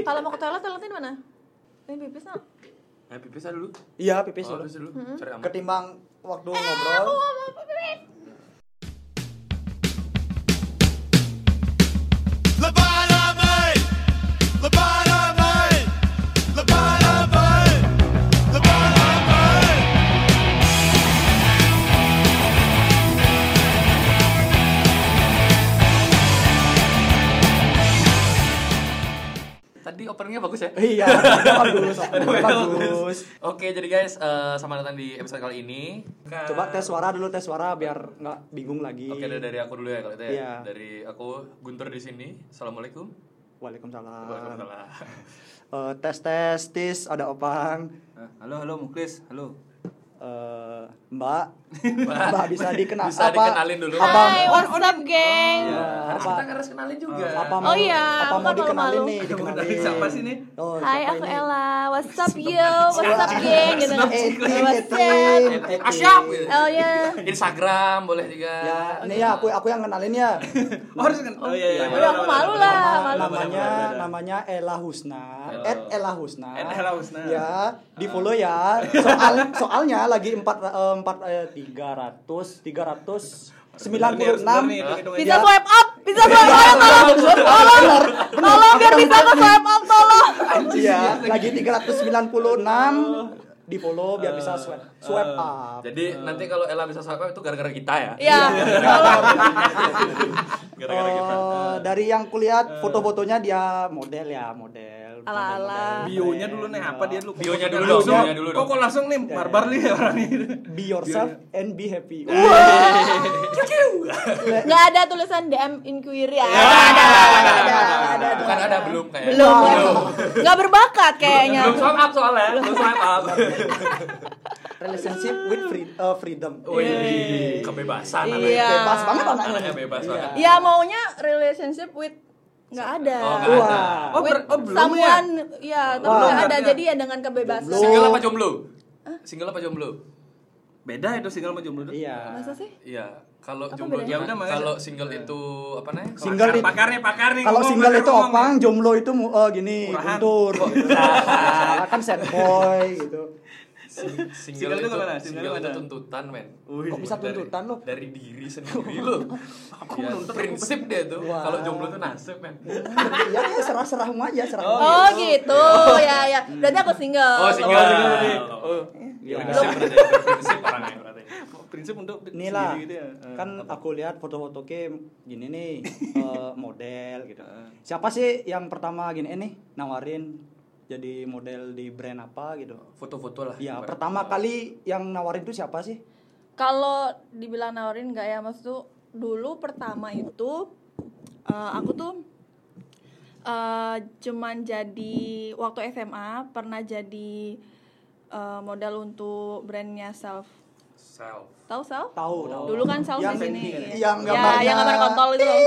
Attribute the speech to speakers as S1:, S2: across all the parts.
S1: Kalau mau ke toilet, toiletnya di mana? Ini pipis no?
S2: Eh, pipis aja dulu.
S3: Iya, pipis
S2: Oh,
S3: dulu.
S2: pipis dulu. Cari aman.
S3: Ketimbang waktu ngobrol.
S2: Tadi openingnya bagus ya?
S3: Iya, bagus, bagus.
S2: Oke, jadi guys, eh, selamat datang di episode kali ini.
S3: Coba tes suara dulu, tes suara biar nggak bingung lagi.
S2: Oke, dari dari aku dulu ya kalau itu ya.
S3: Iya.
S2: Dari aku Guntur di sini. Assalamualaikum.
S3: Waalaikumsalam.
S2: Waalaikumsalam.
S3: Eh, tes tes tis ada opang.
S4: Halo, halo Muklis, halo.
S3: Eh, Mbak, Mbak bisa dikenal
S2: Bisa
S3: apa?
S2: dikenalin dulu.
S3: Apa?
S1: Hai, what's up, geng?
S2: Iya, harus
S3: Ah, apa- Ah,
S2: kita harus kenalin juga.
S3: Apa
S1: Oh
S3: mau,
S1: iya,
S3: apa mau
S1: apa
S3: dikenalin
S1: malu-malu?
S3: nih? Dikenalin.
S4: Kenalin siapa sih nih?
S3: Oh,
S1: Hai,
S3: siapa
S1: aku
S3: ini?
S1: Ella. What's up, yo? What's up, geng? Gitu kan.
S3: Etin,
S1: What's
S3: Etin,
S1: up?
S3: Etin.
S2: Asyap. gitu.
S1: Oh ya.
S2: Instagram boleh juga.
S3: Ya, nih ya aku aku yang kenalin ya.
S4: Oh, harus kan. Oh iya iya.
S1: Udah aku malu lah,
S3: Nama-
S1: malu.
S3: namanya
S4: boleh, boleh.
S3: namanya Ella Husna
S2: Ella.
S3: at Ella Husna
S4: At Ella Husna. Ah.
S3: ya di follow ya soal soalnya lagi empat eh, empat tiga ratus tiga ratus sembilan puluh enam
S1: Bisa
S3: Ya.
S1: swipe up, bisa swipe up, tolong, tolong, tolong, biar bisa aku swipe up, tolong.
S3: ya lagi tiga ratus sembilan puluh enam di follow biar
S4: Ah.
S3: bisa swipe swipe up
S2: Jadi nanti kalau Ella bisa swipe up itu gara-gara kita ya.
S3: iya,
S1: Ya, tolong.
S2: Gara-gara kita.
S3: Eh, dari yang
S4: Ah.
S3: kulihat foto-fotonya dia model ya model
S1: Ala-ala.
S4: Bionya dulu nih apa dia dulu?
S2: Bionya dulu dong,
S4: langsung.
S2: bionya dulu dong.
S4: Kok kok langsung nih
S3: Iya,
S4: barbar nih orang ini.
S3: be yourself and be happy
S1: Nggak ada tulisan DM inquiry ya.
S2: Ada, ada,
S1: Nggak
S2: ada,
S1: ada.
S2: ada. Bukan ada belum kayak.
S1: Belum, nggak berbakat kayaknya.
S2: Belum swipe up soalnya. Belum swipe up.
S3: relationship with free- eh, freedom
S4: Oh,
S2: Oh,
S4: iya.
S2: iya, Wih, kebebasan namanya.
S1: Iya.
S3: bebas banget anaknya
S2: Anaknya bebas banget.
S1: Ya maunya relationship with nggak ada.
S2: Oh, nggak ada.
S3: Wah.
S4: Oh, ber- oh, belum ya?
S1: someone, ya, tapi
S3: Wah.
S1: nggak ada
S4: Belum.
S1: jadi ya dengan kebebasan.
S3: Belum.
S2: Single apa jomblo? Single apa jomblo?
S4: Beda itu single sama jomblo.
S3: Iya.
S1: Masa sih?
S2: Iya, kalau
S1: Apa
S2: jomblo
S1: bedanya?
S2: gimana?
S4: Ya udah, makanya.
S2: kalau single itu apa namanya?
S3: Single.
S4: Pakar,
S3: di-
S4: pakar nih, pakar nih.
S3: Kalau
S4: ngomong,
S3: single
S4: bener
S3: itu
S4: ngomong.
S3: opang, jomblo itu mu- eh, gini,
S4: Murahan. Oh,
S3: guntur. gitu. Salah kan sad boy gitu.
S2: Single,
S4: Single
S2: itu
S4: itu gimana? Single
S2: single itu
S4: gimana?
S2: tuntutan, men.
S3: Kok bisa tuntutan lo?
S2: Dari diri sendiri lo. Aku
S4: menuntut, aku
S2: prinsip deh tuh.
S3: Wah.
S2: Kalau jomblo tuh nasib, men.
S3: ya ya serah-serahmu aja, serah.
S1: Oh, gitu, ya ya. Berarti aku single.
S2: Oh, single.
S1: Tolong.
S2: single,
S4: Wah.
S2: nih.
S4: Oh,
S3: Ya.
S2: Prinsip berarti, prinsip
S4: ya,
S2: orangnya berarti.
S4: prinsip untuk
S3: Nih lah,
S4: sendiri gitu ya. Eh,
S3: kan
S4: apa?
S3: aku lihat foto-foto ke gini nih, eh, model gitu.
S4: Eh.
S3: Siapa sih yang pertama gini, eh nih, nawarin jadi model di brand apa gitu?
S2: Foto-foto lah.
S3: Ya, pertama kali yang nawarin tuh siapa sih?
S1: Kalau dibilang nawarin nggak ya, Mas tuh dulu pertama itu eh, aku tuh eh, cuman jadi waktu SMA pernah jadi eh, model untuk brandnya self.
S2: self.
S1: Tahu self?
S3: Tahu, tahu.
S1: Dulu kan self
S3: Oh.
S1: di
S3: Yang-
S1: sini.
S3: yang
S1: ya,
S3: gambarnya-
S1: yang gambar kontol itu loh.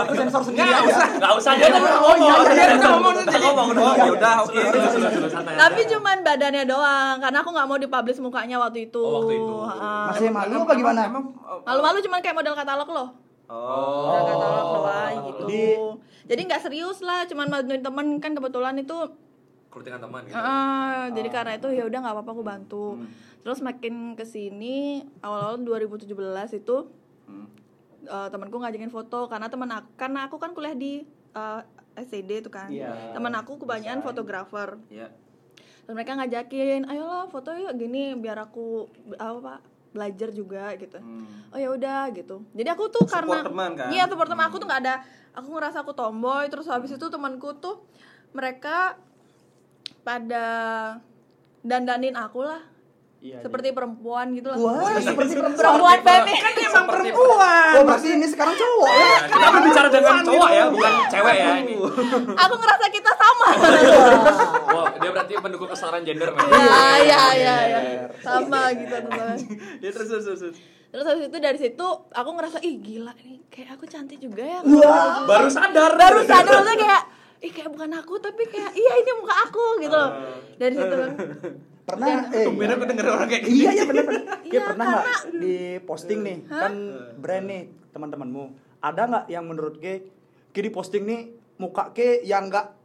S3: Aku sensor sendiri
S2: Enggak
S3: aja.
S2: usah, enggak
S4: Iya,
S2: usah dia udah ngomong. Dia udah ngomong dia ngomong.
S4: Oh, ya udah, oke.
S2: Sudah, sudah, sudah, sudah, santai.
S1: Tapi cuman badannya doang karena aku nggak mau dipublish mukanya waktu itu.
S2: Oh, waktu itu.
S1: Ah.
S3: Masih malu apa gimana?
S4: iya. Emang oh,
S1: Malu-malu cuman kayak model katalog loh.
S4: Oh.
S1: Model katalog doang gitu.
S3: Di-
S1: Jadi nggak serius lah, cuman bantuin temen kan kebetulan itu
S2: Kurtingan teman gitu.
S1: ah, jadi karena itu ya udah nggak apa-apa aku bantu. Terus makin kesini awal-awal 2017 itu eh, temanku ngajakin foto karena teman aku karena aku kan kuliah di eh, SCD itu kan.
S3: Iya.
S1: Teman aku kebanyakan fotografer.
S4: Iya.
S1: Terus mereka ngajakin, ayolah foto yuk gini biar aku be- apa pak belajar juga gitu. Oh ya udah gitu. Jadi aku tuh karena
S4: teman, kan?
S1: iya support teman aku tuh nggak ada. Aku ngerasa aku tomboy. Terus habis itu temanku tuh mereka pada dandanin aku lah.
S3: Iya,
S1: seperti perempuan gitu lah.
S3: Wah, seperti
S1: perempuan femi.
S4: Emang perempuan.
S3: Oh, berarti ini sekarang cowok ya?
S2: Nah, Kita berbicara dengan cowok ya, bukan cewek ya ini.
S1: aku ngerasa kita sama.
S2: Wow, Oh, dia berarti pendukung kesetaraan gender, men.
S3: Iya.
S1: ya, ya, ya, ya. Sama gitu teman.
S4: Dia Iya, terus terus terus, terus.
S1: Terus habis itu dari situ aku ngerasa ih gila nih kayak aku cantik juga ya.
S2: Baru sadar.
S1: Baru sadar maksudnya kayak ih kayak bukan aku tapi kayak iya ini muka aku gitu
S2: Ah.
S1: loh. Dari situ kan.
S2: Iya.
S3: Pernah eh
S4: Tumben aku denger orang kayak gini.
S3: Iya iya bener bener. Iya
S1: Iya,
S3: pernah nggak di posting nih kan brand nih teman-temanmu ada nggak yang menurut ke ke di posting nih muka ke yang nggak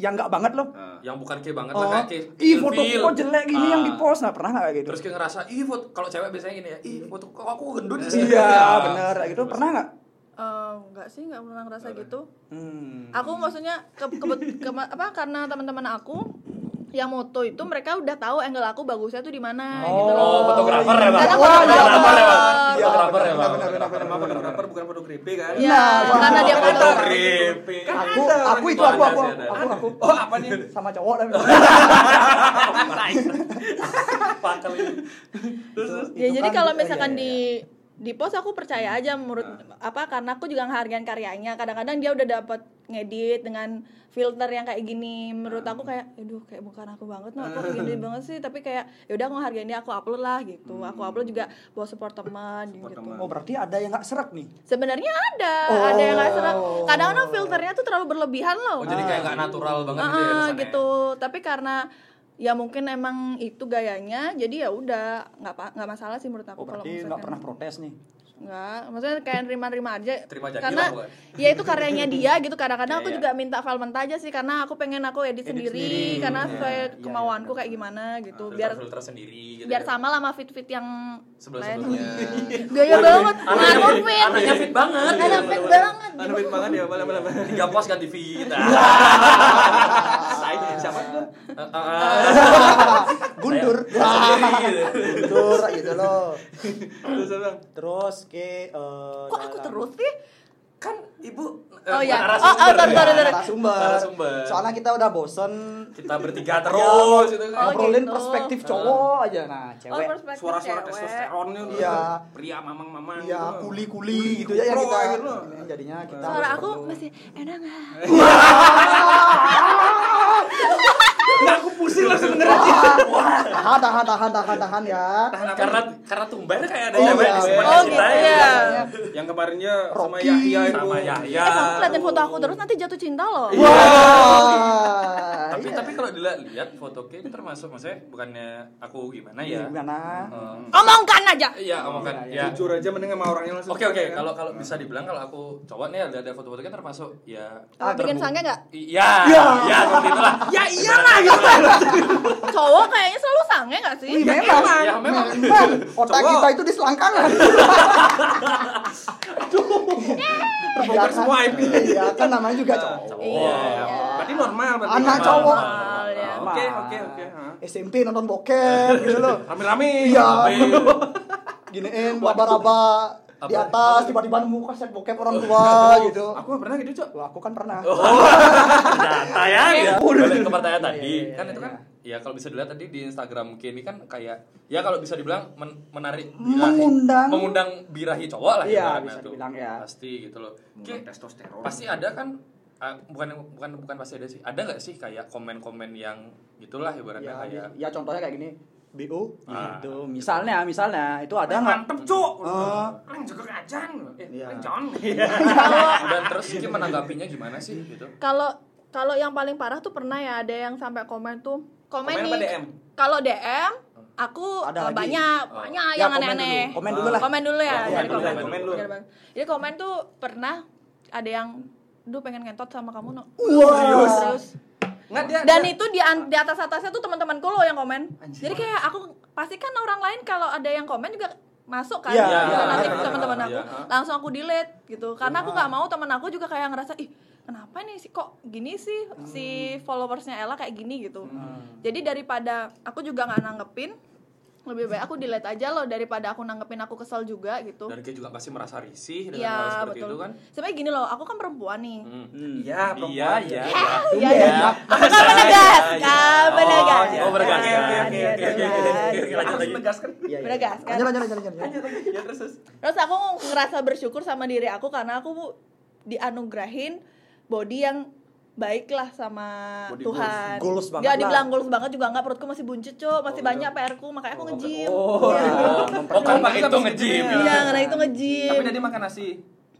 S3: yang nggak banget loh.
S2: yang bukan kayak banget
S3: Oh,
S2: lah Ah, kayak ilfil.
S3: ih foto kok jelek gini yang
S2: Ah.
S3: di post nah pernah nggak kayak gitu?
S2: terus kayak ngerasa ih foto kalau cewek biasanya gini ya ih foto kok aku gendut sih
S3: iya
S2: Ya.
S3: benar kayak gitu pernah nggak?
S1: Eh, enggak sih enggak pernah ngerasa gitu
S3: Hmm.
S1: aku maksudnya ke, kebet- kema- apa karena teman-teman aku yang moto itu mereka udah tahu angle aku bagusnya tuh di mana gitu loh
S2: oh fotografer ya bang
S1: Karena
S2: Wah, fotografer ya bang
S1: fotografer.
S3: Iya,
S2: fotografer ya bang
S4: benar, benar, benar,
S2: Fotografer.
S4: benar, benar, benar, bukan foto grepe kan?
S1: Iya,
S2: Nah,
S1: karena dia
S4: foto
S1: foto-
S4: grepe.
S3: Aku, aku itu aku aku
S2: Ada,
S3: aku
S2: ada.
S3: aku
S4: Oh, apa nih?
S3: sama cowok tapi
S2: Pakal ini.
S4: Terus terus.
S1: ya
S3: Itu
S1: jadi
S3: kan-
S1: kalau
S3: oh, iya,
S1: misalkan
S3: iya,
S1: di di pos aku percaya aja menurut apa karena aku juga ngehargain karyanya kadang-kadang dia udah dapat ngedit dengan filter yang kayak gini menurut aku kayak aduh kayak bukan aku banget no aku gini banget sih tapi kayak yaudah aku ngehargain dia aku upload lah gitu aku upload juga buat support teman gitu
S4: Support teman.
S3: Oh berarti ada yang nggak serak nih?
S1: sebenarnya ada
S3: Oh.
S1: ada yang nggak serang kadang-kadang filternya tuh terlalu berlebihan loh
S2: oh jadi kayak nggak natural banget gitu ya
S1: Ah,
S2: kesannya.
S1: gitu tapi karena ya mungkin emang itu gayanya jadi ya udah nggak pa- nggak masalah sih menurut aku
S3: Oh
S1: kalau
S3: berarti nggak
S1: misalkan-
S3: pernah protes nih?
S1: Nggak, maksudnya kayak nerima-nerima aja
S2: Terima aja,
S1: karena
S2: gila, bukan?
S1: ya itu karyanya dia gitu kadang-kadang
S2: Iya,
S1: aku
S2: iya.
S1: juga minta file mentah aja sih karena aku pengen aku edit, sendiri,
S3: sendiri,
S1: karena
S3: iya.
S1: sesuai
S3: Iya, iya,
S1: kemauanku kayak gimana gitu biar
S2: filter sendiri gitu
S1: biar
S2: ya.
S1: sama lah sama fit-fit yang
S2: sebelah
S1: lain.
S2: sebelahnya
S1: gaya banget
S2: Anaknya
S1: nganu
S2: fit-
S1: fit
S2: anaknya fit banget gitu.
S1: Ada fit banget gitu.
S4: Anu fit banget ya, malam malam.
S2: tiga pos ganti fit
S3: Iya.
S4: Siapa tuh?
S2: Ah,
S3: Guntur, guntur gitu loh.
S4: Terus terus, Bang.
S3: Terus ke eh,
S1: kok aku
S3: dalam-
S1: terus sih
S2: kan ibu eh,
S1: Oh, iya.
S2: bukan
S1: Oh, oh, sorry,
S2: narasumber ya.
S1: sorry, sorry.
S3: narasumber.
S2: Narasumber.
S3: Soalnya kita udah bosen Ya,
S2: kita bertiga terus gitu kan.
S1: Oh,
S3: ngobrolin
S1: gitu.
S3: perspektif cowok aja
S1: oh
S3: nah cewek.
S1: perspektif
S4: Suara-suara
S1: cewek.
S4: testosteronnya tuh.
S3: Iya.
S4: Pria mamang-mamang.
S3: Iya,
S4: gitu.
S3: kuli-kuli gitu ya yang
S4: Pro,
S3: kita.
S4: gitu loh.
S3: ini Jadinya kita.
S1: suara aku masih enak nggak
S4: Nah, aku pusing langsung denger.
S3: Tahan, tahan, tahan, tahan, tahan ya.
S2: karena karena tumben kayak ada
S3: Oh,
S2: cewek
S3: iya,
S2: disimpan
S1: oh
S2: di
S1: gitu
S2: kita
S1: ya
S4: Yang kemarinnya sama
S3: Rocky.
S4: Yahya itu.
S2: sama Yahya
S1: eh kamu liatin foto aku terus nanti jatuh cinta loh
S2: Iya.
S3: Wah. Iya.
S2: tapi tapi kalau dilihat foto K termasuk maksudnya bukannya aku gimana ya
S3: Gimana?
S2: Eh,
S1: omongkan aja
S2: iya omongan
S3: Iya,
S2: ya
S4: Jujur aja mending sama orangnya langsung.
S2: Oke oke,
S4: Kan?
S2: kalau kalau bisa dibilang kalau aku cowok nih ada ada foto-foto kan termasuk ya
S3: Ah,
S1: Kamu bikin
S2: terbu-
S1: sange nggak
S2: Iya,
S3: Ya.
S2: iya seperti itulah.
S4: Ya iyalah gitu.
S1: cowok kayaknya selalu sange nggak sih
S4: Iya,
S3: Ih, Iya, memang,
S2: Ya, memang.
S3: memang otak
S4: Cowok.
S3: kita itu di selangkangan.
S4: Terbongkar semua Nah, aib.
S3: Iya, kan namanya juga cowok.
S2: Iya.
S4: Berarti normal berarti.
S3: Anak
S4: normal.
S3: cowok.
S1: Normal, ya.
S4: Oke oke oke. ha.
S3: SMP nonton bokep gitu loh.
S4: Rame-rame.
S3: Iya.
S2: Tapi-
S3: Giniin laba-laba di
S2: Apa?
S3: atas tiba-tiba nemu kaset bokep orang tua gitu.
S4: Aku pernah gitu, Cok.
S3: Wah, aku kan pernah.
S4: Oh.
S2: Ternyata ya. Balik ke pertanyaan tadi,
S3: iya,
S2: kan itu kan ya kalau bisa dilihat tadi di Instagram mungkin ini kan kayak ya kalau bisa dibilang men- menarik birahi-
S3: Mengundang.
S2: mengundang birahi cowok lah
S3: Iya,
S2: ibaratnya
S3: bisa dibilang ya.
S2: Pasti gitu loh. Ki,
S4: Mungkin testosteron.
S2: pasti ada kan ah, bukan bukan bukan pasti ada sih. Ada nggak sih kayak komen-komen yang gitulah ibaratnya
S3: ya,
S2: kayak
S3: ya contohnya kayak gini BU
S2: Ah.
S3: gitu misalnya misalnya itu ada nggak
S4: mantep, Cok.
S3: Eh.
S4: Kan juga kacang. Eh,
S3: Iya.
S4: kacang.
S2: dan terus Ki menanggapinya gimana sih gitu?
S1: kalau kalau yang paling parah tuh pernah ya ada yang sampai komen tuh komen,
S4: Komen apa
S1: nih
S4: DM?
S1: kalau DM aku
S3: Ada
S1: eh,
S3: lagi?
S1: banyak
S2: Oh.
S1: banyak
S3: Ya,
S1: yang
S3: komen
S1: aneh-aneh
S3: dulu. Komen dulu lah.
S1: komen dulu ya
S2: Oh, komen
S1: jadi
S2: dulu,
S1: komen,
S2: komen
S4: dulu.
S1: Biar bang- jadi komen tuh pernah ada yang duh pengen ngentot sama kamu no
S3: Wah.
S1: Serius, serius.
S4: Enggak dia.
S1: dan
S4: dia-
S1: itu di an- di atas atasnya tuh teman-temanku loh yang komen jadi kayak aku pasti kan orang lain kalau ada yang komen juga masuk kan
S3: Iya,
S1: Jadi
S3: iya,
S1: relatif
S2: iya,
S1: teman-teman
S2: iya,
S1: aku
S2: iya.
S1: langsung aku delete gitu karena aku nggak mau teman aku juga kayak ngerasa ih kenapa nih sih kok gini sih si
S2: Hmm.
S1: followersnya Ella kayak gini gitu jadi daripada aku juga nggak nanggepin lebih baik aku delete aja loh daripada aku nanggepin aku kesel juga gitu
S2: Dan Ki juga pasti merasa risih dengan hal
S1: Iya
S2: seperti
S1: betul
S2: itu kan.
S1: sebenarnya gini loh aku kan perempuan nih
S2: Hmm.
S4: Iya,
S2: Iya,
S4: perempuan.
S2: iya.
S1: Iya, iya.
S2: Iya.
S1: Aku kan penegas,
S2: Iya, iya.
S1: ah, penegas.
S2: Oh, oh, bergas.
S1: Iya,
S2: Oke, oke,
S1: iya,
S2: oke, oke,
S1: iya,
S2: oke, oke,
S1: iya.
S2: oke, lanjut
S4: Harus
S2: lagi.
S4: menegaskan.
S3: Iya, iya.
S1: Menegaskan.
S3: lanjut lanjut lanjut lanjut, lanjut.
S4: Ya terus. terus.
S1: Terus aku ngerasa bersyukur sama diri aku karena aku dianugerahin body yang baik lah sama
S2: Body
S1: Tuhan.
S3: goals. Goals banget
S1: Dia
S3: lah. iya.
S1: dibilang goals banget juga enggak perutku masih buncit, Cuk. Masih
S2: Oh,
S1: banyak PR-ku, makanya aku nge-gym.
S3: Oh,
S1: Iya.
S2: Oh, kan pakai itu nge-gym.
S1: Iya, karena itu nge-gym.
S4: Tapi tadi makan nasi.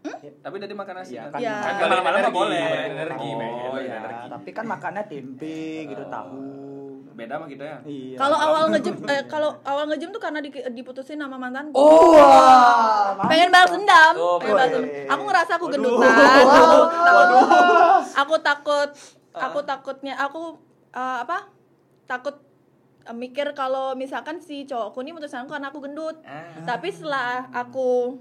S1: Hmm?
S4: Tapi tadi makan nasi.
S3: Iya,
S4: kan?
S3: kan,
S1: Iya.
S2: Kan
S4: Kalau
S2: malam-malam
S4: malam
S2: nggak
S4: boleh.
S2: boleh. Energi, men.
S4: Oh, iya.
S2: Energi. Oh.
S3: tapi kan makannya tempe gitu tahu
S2: kan.
S4: Beda sama kita ya.
S3: iya
S1: Kalau awal nge-gym eh, kalau awal nge-gym tuh karena di- diputusin sama mantanku.
S3: oh wah, mantap.
S1: pengen balas dendam
S2: Oh,
S1: pengen balas
S3: boleh.
S1: dendam. aku ngerasa aku gendutan aku takut aku takut aku takutnya aku eh, apa takut eh, mikir kalau misalkan si cowokku ini putusanku karena aku gendut
S4: Ah.
S1: tapi setelah aku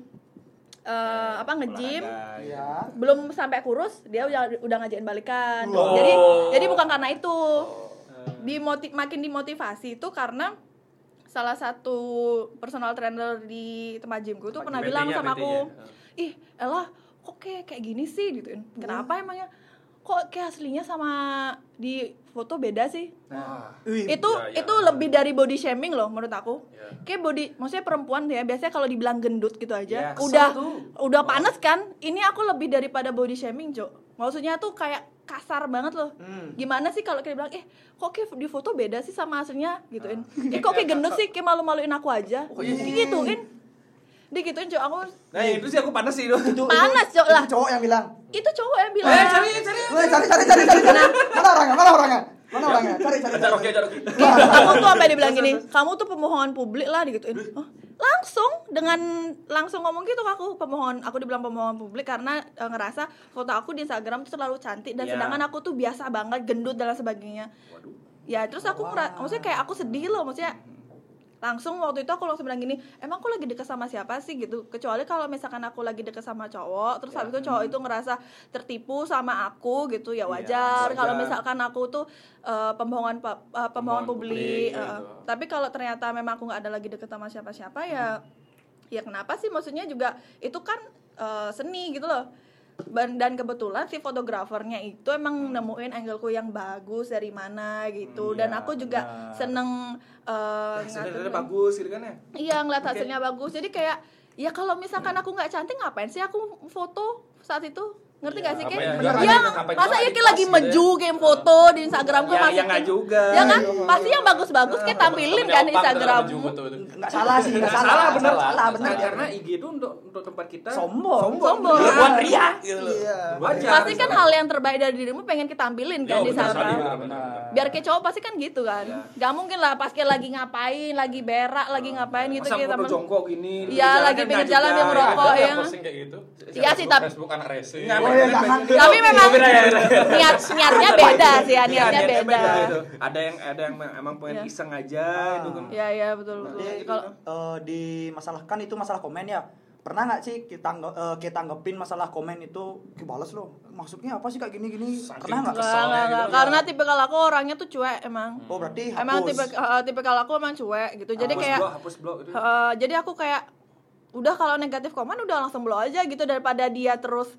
S1: eh, apa ngejim
S4: Olahraga, gitu.
S5: Iya.
S1: belum sampai kurus dia udah udah ngajakin balikan
S2: Wow.
S1: jadi jadi bukan karena itu Dimoti- makin dimotivasi itu karena salah satu personal trainer di tempat gymku tuh pernah bilang
S2: PT-nya,
S1: sama aku
S2: PT-nya.
S1: ih elah kok kayak kayak gini sih gituin kenapa emangnya kok kayak aslinya sama di foto beda sih
S2: Nah,
S4: Iya,
S1: itu
S2: ya, ya.
S1: itu lebih dari body shaming loh menurut aku
S2: Ya.
S1: kayak body maksudnya perempuan ya biasanya kalau dibilang gendut gitu
S4: Ya,
S1: aja
S4: kesel
S1: udah
S4: tuh.
S1: udah panas kan ini aku lebih daripada body shaming jo maksudnya tuh kayak kasar banget loh
S4: Hmm.
S1: gimana sih kalau kayak bilang eh kok kayak di foto beda sih sama aslinya gituin eh
S4: Ah.
S1: kok kayak gendut sih kayak malu-maluin aku aja
S4: Oh, iya.
S1: kayak gituin digituin jo aku
S4: Nah, itu sih aku panas sih itu.
S1: panas jo lah
S3: cowok yang bilang
S1: itu cowok yang bilang
S4: Eh, cari cari.
S3: Woi, cari cari cari cari cari. Mana orangnya? Mana orangnya?
S2: Iya.
S3: Mana orangnya? Cari cari.
S2: Ajar
S3: cari.
S2: oke, ajar oke.
S1: Iya, kamu tuh apa yang dibilang gini kamu tuh pemohon publik lah digituin Hah? langsung dengan langsung ngomong gitu ke aku pemohon aku dibilang pemohon publik karena eh, ngerasa foto aku di Instagram tuh terlalu cantik dan
S4: Iya.
S1: sedangkan aku tuh biasa banget gendut dan lain sebagainya
S2: Waduh.
S1: ya terus aku ngera- maksudnya kayak aku sedih loh maksudnya langsung waktu itu aku langsung bilang gini emang aku lagi deket sama siapa sih gitu kecuali kalau misalkan aku lagi deket sama cowok terus habis itu cowok itu ngerasa tertipu sama aku gitu ya wajar
S4: wajar.
S1: kalau misalkan aku tuh eh, pembohongan pa- eh, pembohongan
S2: Pembohongan
S1: publik
S2: publik, ya
S1: eh.
S2: itu.
S1: tapi kalau ternyata memang aku nggak ada lagi deket sama siapa-siapa ya ya kenapa sih maksudnya juga itu kan eh, seni gitu loh Ban- dan kebetulan si fotografernya itu emang nemuin angleku yang bagus dari mana gitu dan aku juga seneng eh,
S4: Sebenarnya
S1: ngatur-
S4: bagus gitu kan ya.
S1: iya ngeliat
S4: Oke.
S1: hasilnya bagus jadi kayak ya kalau misalkan aku nggak cantik ngapain sih aku foto saat itu ngerti gak sih
S2: apa
S1: kayak
S2: ya,
S1: ya,
S2: nggak- nggak- ngapain
S1: masa
S2: juga
S1: ya
S2: di
S1: kayak lagi
S2: pas gitu
S1: meju game foto di Instagramku
S4: Ya, ya
S1: masukin.
S4: nggak juga.
S1: ya kan pasti yang bagus-bagus
S2: iya.
S1: kayak tampilin kan di Instagram
S2: Ya,
S3: Enggak salah sih, enggak
S4: Nggak
S3: salah.
S4: salah, bener.
S3: Salah, bener.
S4: Nah, karena IG itu untuk untuk tempat kita
S3: Sombong.
S1: Sombong.
S4: Buat ria gitu loh.
S3: Iya.
S4: Wajar.
S1: pasti kan hal yang terbaik dari dirimu pengen kita tampilin
S2: Iya,
S1: kan di Instagram biar kayak cowok pasti kan gitu kan nggak mungkin lah pas kayak lagi ngapain lagi berak lagi ngapain gitu
S4: iya. Masa
S1: kayak
S4: foto
S1: temen-
S4: jongkok gini. di
S1: Iya,
S4: jalan
S1: lagi
S4: kan
S1: pinggir
S4: nggak
S1: jalan
S4: juga.
S1: dia merokok,
S2: ya.
S1: ya.
S2: Posting kayak gitu.
S1: Iya sih, tapi-
S2: Facebook anak racing.
S4: Nggak,
S3: Oh,
S4: nggak,
S3: iya,
S4: nggak,
S3: jangan.
S4: nggak.
S1: tapi memang
S4: Beda, ya, beda.
S1: niat niatnya beda sih ya niatnya
S4: Iya,
S1: beda
S4: itu. Ada yang ada yang emang pengen
S1: Iya.
S4: iseng aja itu kan.
S1: ya ya betul
S3: Nah,
S1: betul
S4: Iya,
S1: kalau
S3: Eh, dimasalahkan itu masalah komen ya pernah nggak sih kita tangga- eh, kita tanggepin masalah komen itu kebales lo maksudnya apa sih kayak gini gini
S2: Saking
S3: pernah nggak
S2: kesel.
S1: Nggak, nggak, nggak.
S2: gitu.
S1: karena tipe kalau aku orangnya tuh cuek emang
S3: oh berarti hapus
S1: emang tipe tipe kalau aku emang cuek gitu jadi
S4: Hapus
S1: kayak
S4: blog, hapus blog itu.
S1: Eh, jadi aku kayak udah kalau negatif komen udah langsung blow aja gitu daripada dia terus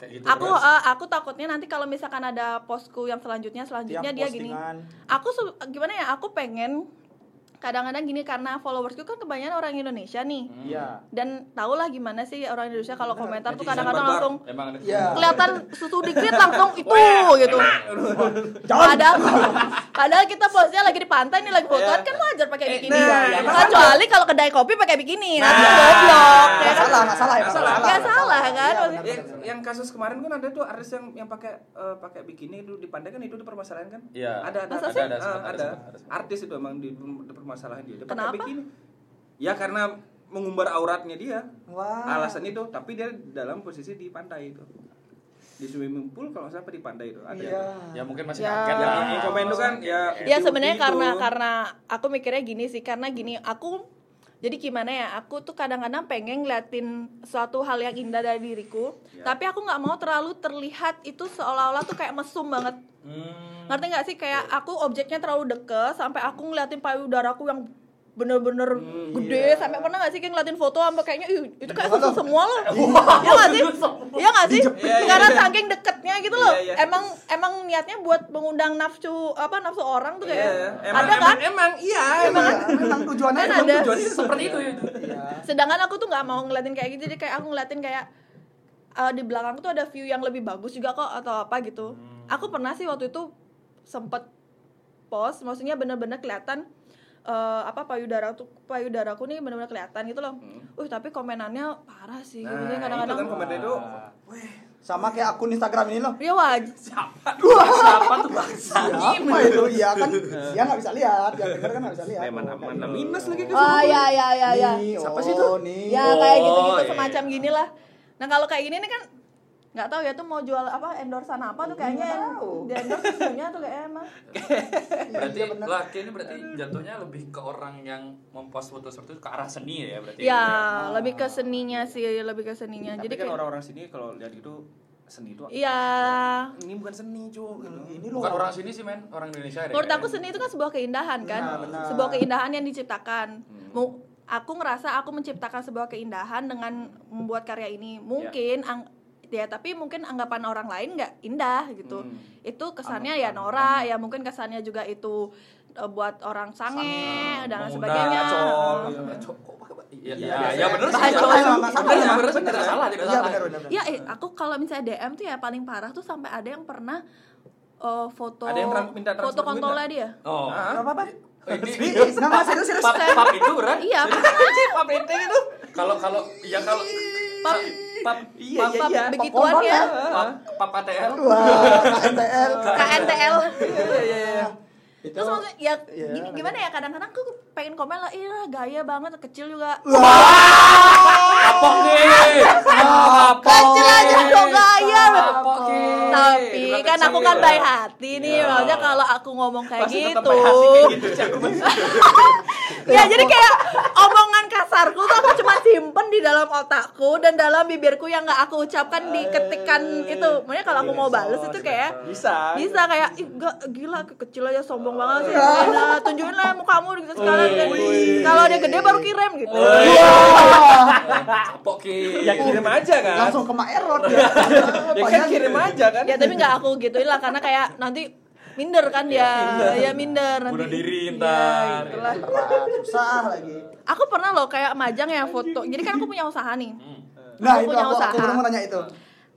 S2: Kayak gitu,
S1: aku
S2: terus.
S1: eh, aku takutnya nanti kalau misalkan ada posku yang selanjutnya selanjutnya
S3: Yang
S1: dia gini
S3: postingan.
S1: aku su- gimana ya aku pengen kadang-kadang gini karena followersku kan kebanyakan orang Indonesia nih
S3: iya
S1: dan tau lah gimana sih orang Indonesia kalau komentar tuh
S4: netizen
S1: kadang-kadang
S4: barbar.
S1: langsung
S2: Emang ada
S3: Iya.
S1: kelihatan susu dikit langsung itu gitu padahal padahal kita posnya lagi di pantai nih lagi fotoan kan wajar pakai bikini
S4: nah,
S1: ya,
S4: ya,
S1: kecuali kalau kedai kopi pakai bikini nanti
S4: Nah.
S1: goblok ya
S3: nggak
S1: kan
S3: salah nggak salah ya
S4: Nggak salah.
S1: Nggak salah, kan?
S3: Iya,
S1: Maksudnya-
S3: benar,
S4: Yang,
S3: benar, benar.
S4: yang kasus kemarin kan ada tuh artis yang yang pakai eh, pakai bikini itu di Pantai kan itu dipermasalahan kan?
S2: Iya.
S4: Ada ada
S2: Masa
S4: ada,
S2: sih?
S4: ada,
S2: Ada,
S4: eh,
S2: ada,
S4: ada.
S2: ada, ada.
S4: artis itu emang di, dipermasalahan dia. Dia
S1: Kenapa?
S4: pakai bikini. Ya karena mengumbar auratnya dia.
S3: Wah.
S4: Alasan itu tapi dia dalam posisi di pantai itu. Di swimming pool kalau nggak salah di pantai itu ada.
S3: Iya.
S2: Ya mungkin masih
S1: Ya.
S2: kaget lah.
S4: Yang komen tuh kan ya
S1: ya
S4: itu-
S1: sebenarnya
S4: itu.
S1: karena karena aku mikirnya gini sih karena gini aku jadi gimana ya aku tuh kadang-kadang pengen ngeliatin suatu hal yang indah dari diriku
S4: Ya.
S1: tapi aku nggak mau terlalu terlihat itu seolah-olah tuh kayak mesum banget
S2: Hmm.
S1: ngerti nggak sih kayak aku objeknya terlalu deket sampai aku ngeliatin payudaraku yang bener-bener gede sampai pernah nggak sih kayak ngeliatin foto sampai kayaknya "Ih, itu kayak susu semua loh ya nggak sih ya nggak sih karena saking deketnya gitu loh
S4: Iya, iya.
S1: emang emang niatnya buat mengundang nafsu apa nafsu orang tuh
S4: Iya,
S1: kayak
S4: iya. Emang,
S1: ada kan
S4: emang, emang iya emang.
S3: Iya, memang tujuannya
S1: Kan
S3: itu.
S1: ada.
S4: Tujuannya seperti itu ya.
S3: Iya.
S1: sedangkan aku tuh nggak mau ngeliatin kayak gitu jadi kayak aku ngeliatin kayak eh, di belakang tuh ada view yang lebih bagus juga kok atau apa gitu
S4: Hmm.
S1: aku pernah sih waktu itu sempet post maksudnya bener-bener kelihatan eh, apa payudara tuh payudaraku nih bener-bener kelihatan gitu loh uh tapi komenannya parah sih
S4: Hmm. Nah,
S1: gitu Jadi
S4: itu kan
S1: kadang-kadang
S4: komentar itu
S3: sama kayak akun Instagram ini loh
S1: ya wajar
S4: siapa tuh bangsa?
S3: apa itu iya kan dia nggak bisa lihat yang denger kan nggak bisa lihat
S4: Leman
S3: Oh, kayak
S4: aman
S3: gitu.
S4: minus lagi ke
S1: oh ya ya ya ya
S3: Nih,
S4: Siapa
S3: oh,
S4: sih itu?
S3: nih
S1: ya kayak
S2: iya, Oh,
S1: gitu-gitu
S2: iya.
S1: semacam gini lah nah kalau kayak gini nih kan nggak tahu ya tuh mau jual apa endorsean apa tuh kayaknya
S3: Nggak
S1: en-
S3: tahu.
S1: di endorse sebelumnya tuh kayaknya emang
S2: berarti
S3: Iya, bener.
S2: laki ini berarti jatuhnya lebih ke orang yang mempost foto seperti itu ke arah seni ya berarti
S1: ya lebih ke seninya sih lebih ke seninya
S4: Iya. Tapi
S1: jadi
S4: kan
S1: kayak-
S4: orang-orang sini kalau lihat itu seni itu
S1: iya
S4: ini bukan seni cuy gitu.
S3: ini lu
S2: bukan orang sini sih Iya, men orang Indonesia deh.
S1: menurut aku seni itu kan sebuah keindahan kan
S3: Nah, benar.
S1: sebuah keindahan yang diciptakan
S4: Hmm.
S1: Mu- aku ngerasa aku menciptakan sebuah keindahan dengan membuat karya ini mungkin ang- ya tapi mungkin anggapan orang lain nggak indah gitu
S4: Hmm.
S1: itu kesannya ya norak ya mungkin kesannya juga itu eh, buat orang sange dan lain
S2: Mengundang,
S1: sebagainya
S2: acol,
S3: Iya.
S1: Eh.
S2: acol. Kok pakai ba- Iya, iya,
S3: biasanya.
S2: iya, bener sih.
S3: Bahasa
S2: Acol.
S3: Melayu, bahasa
S2: Bener,
S3: Melayu.
S2: bener, bener, tidak salah, tidak
S3: Iya,
S2: salah.
S3: bener, bener, bener.
S1: Ya, eh, aku kalau misalnya DM tuh ya paling parah tuh sampai ada yang pernah eh, foto
S4: Ada yang transfer- minta transfer
S1: foto
S4: duit
S1: kontolnya dia.
S2: Oh.
S4: Ah.
S3: Gak apa-apa.
S2: Ini
S3: Serius, oh, nggak, nggak, serius, serius.
S2: pap, pap itu berat.
S1: Iya,
S2: pap itu itu. Kalau kalau ya kalau pap pap
S3: Iya, iya,
S1: Pap-
S3: iya.
S1: pap
S3: Pap
S1: begituan
S3: kompak,
S1: ya.
S2: pap pap KTL.
S3: Wah, KTL.
S4: Iya,
S1: KNTL.
S3: Itu
S1: Terus maksudnya ya
S3: Iya,
S1: gini- gimana ya kadang-kadang aku pengen komen lah, iya gaya banget, kecil juga.
S4: Oh.
S2: Kapok nih. Kapok.
S1: Kecil aja kok
S4: Iya,
S1: gaya.
S2: Kapok nih.
S1: Tapi
S2: Dibilang
S1: kan aku
S2: kecil.
S1: kan baik hati nih,
S2: Iya.
S1: maksudnya kalau aku ngomong kayak
S4: gitu. Pasti tetap
S1: gitu,
S4: baik hati kayak gitu sih aku pasti.
S1: ya jadi kayak omongan kasarku tuh aku cuma simpen di dalam otakku dan dalam bibirku yang nggak aku ucapkan di ketikan
S4: Iya,
S1: itu. Makanya kalau aku mau bales itu kayak
S4: Bisa.
S1: bisa kayak "Ih, ga- gila ke- kecil aja sombong banget sih Nah, tunjukin lah muka kamu gitu sekalian kan. kalau dia gede baru kirim gitu
S2: Kapok nih.
S4: Ya kirim
S1: Oh.
S4: aja kan.
S3: langsung ke Maerot ya.
S4: Ya kan kirim aja kan.
S1: ya tapi nggak aku gituin lah karena kayak nanti minder kan dia ya minder nanti
S2: Bunuh diri
S1: Ya,
S2: ntar.
S1: gitulah.
S3: Susah lagi.
S1: aku pernah loh kayak majang yang foto jadi kan aku punya usaha nih
S2: Hmm.
S3: Nah,
S1: Aku
S3: itu
S1: punya
S3: aku, aku
S1: usaha.
S3: belum mau nanya itu.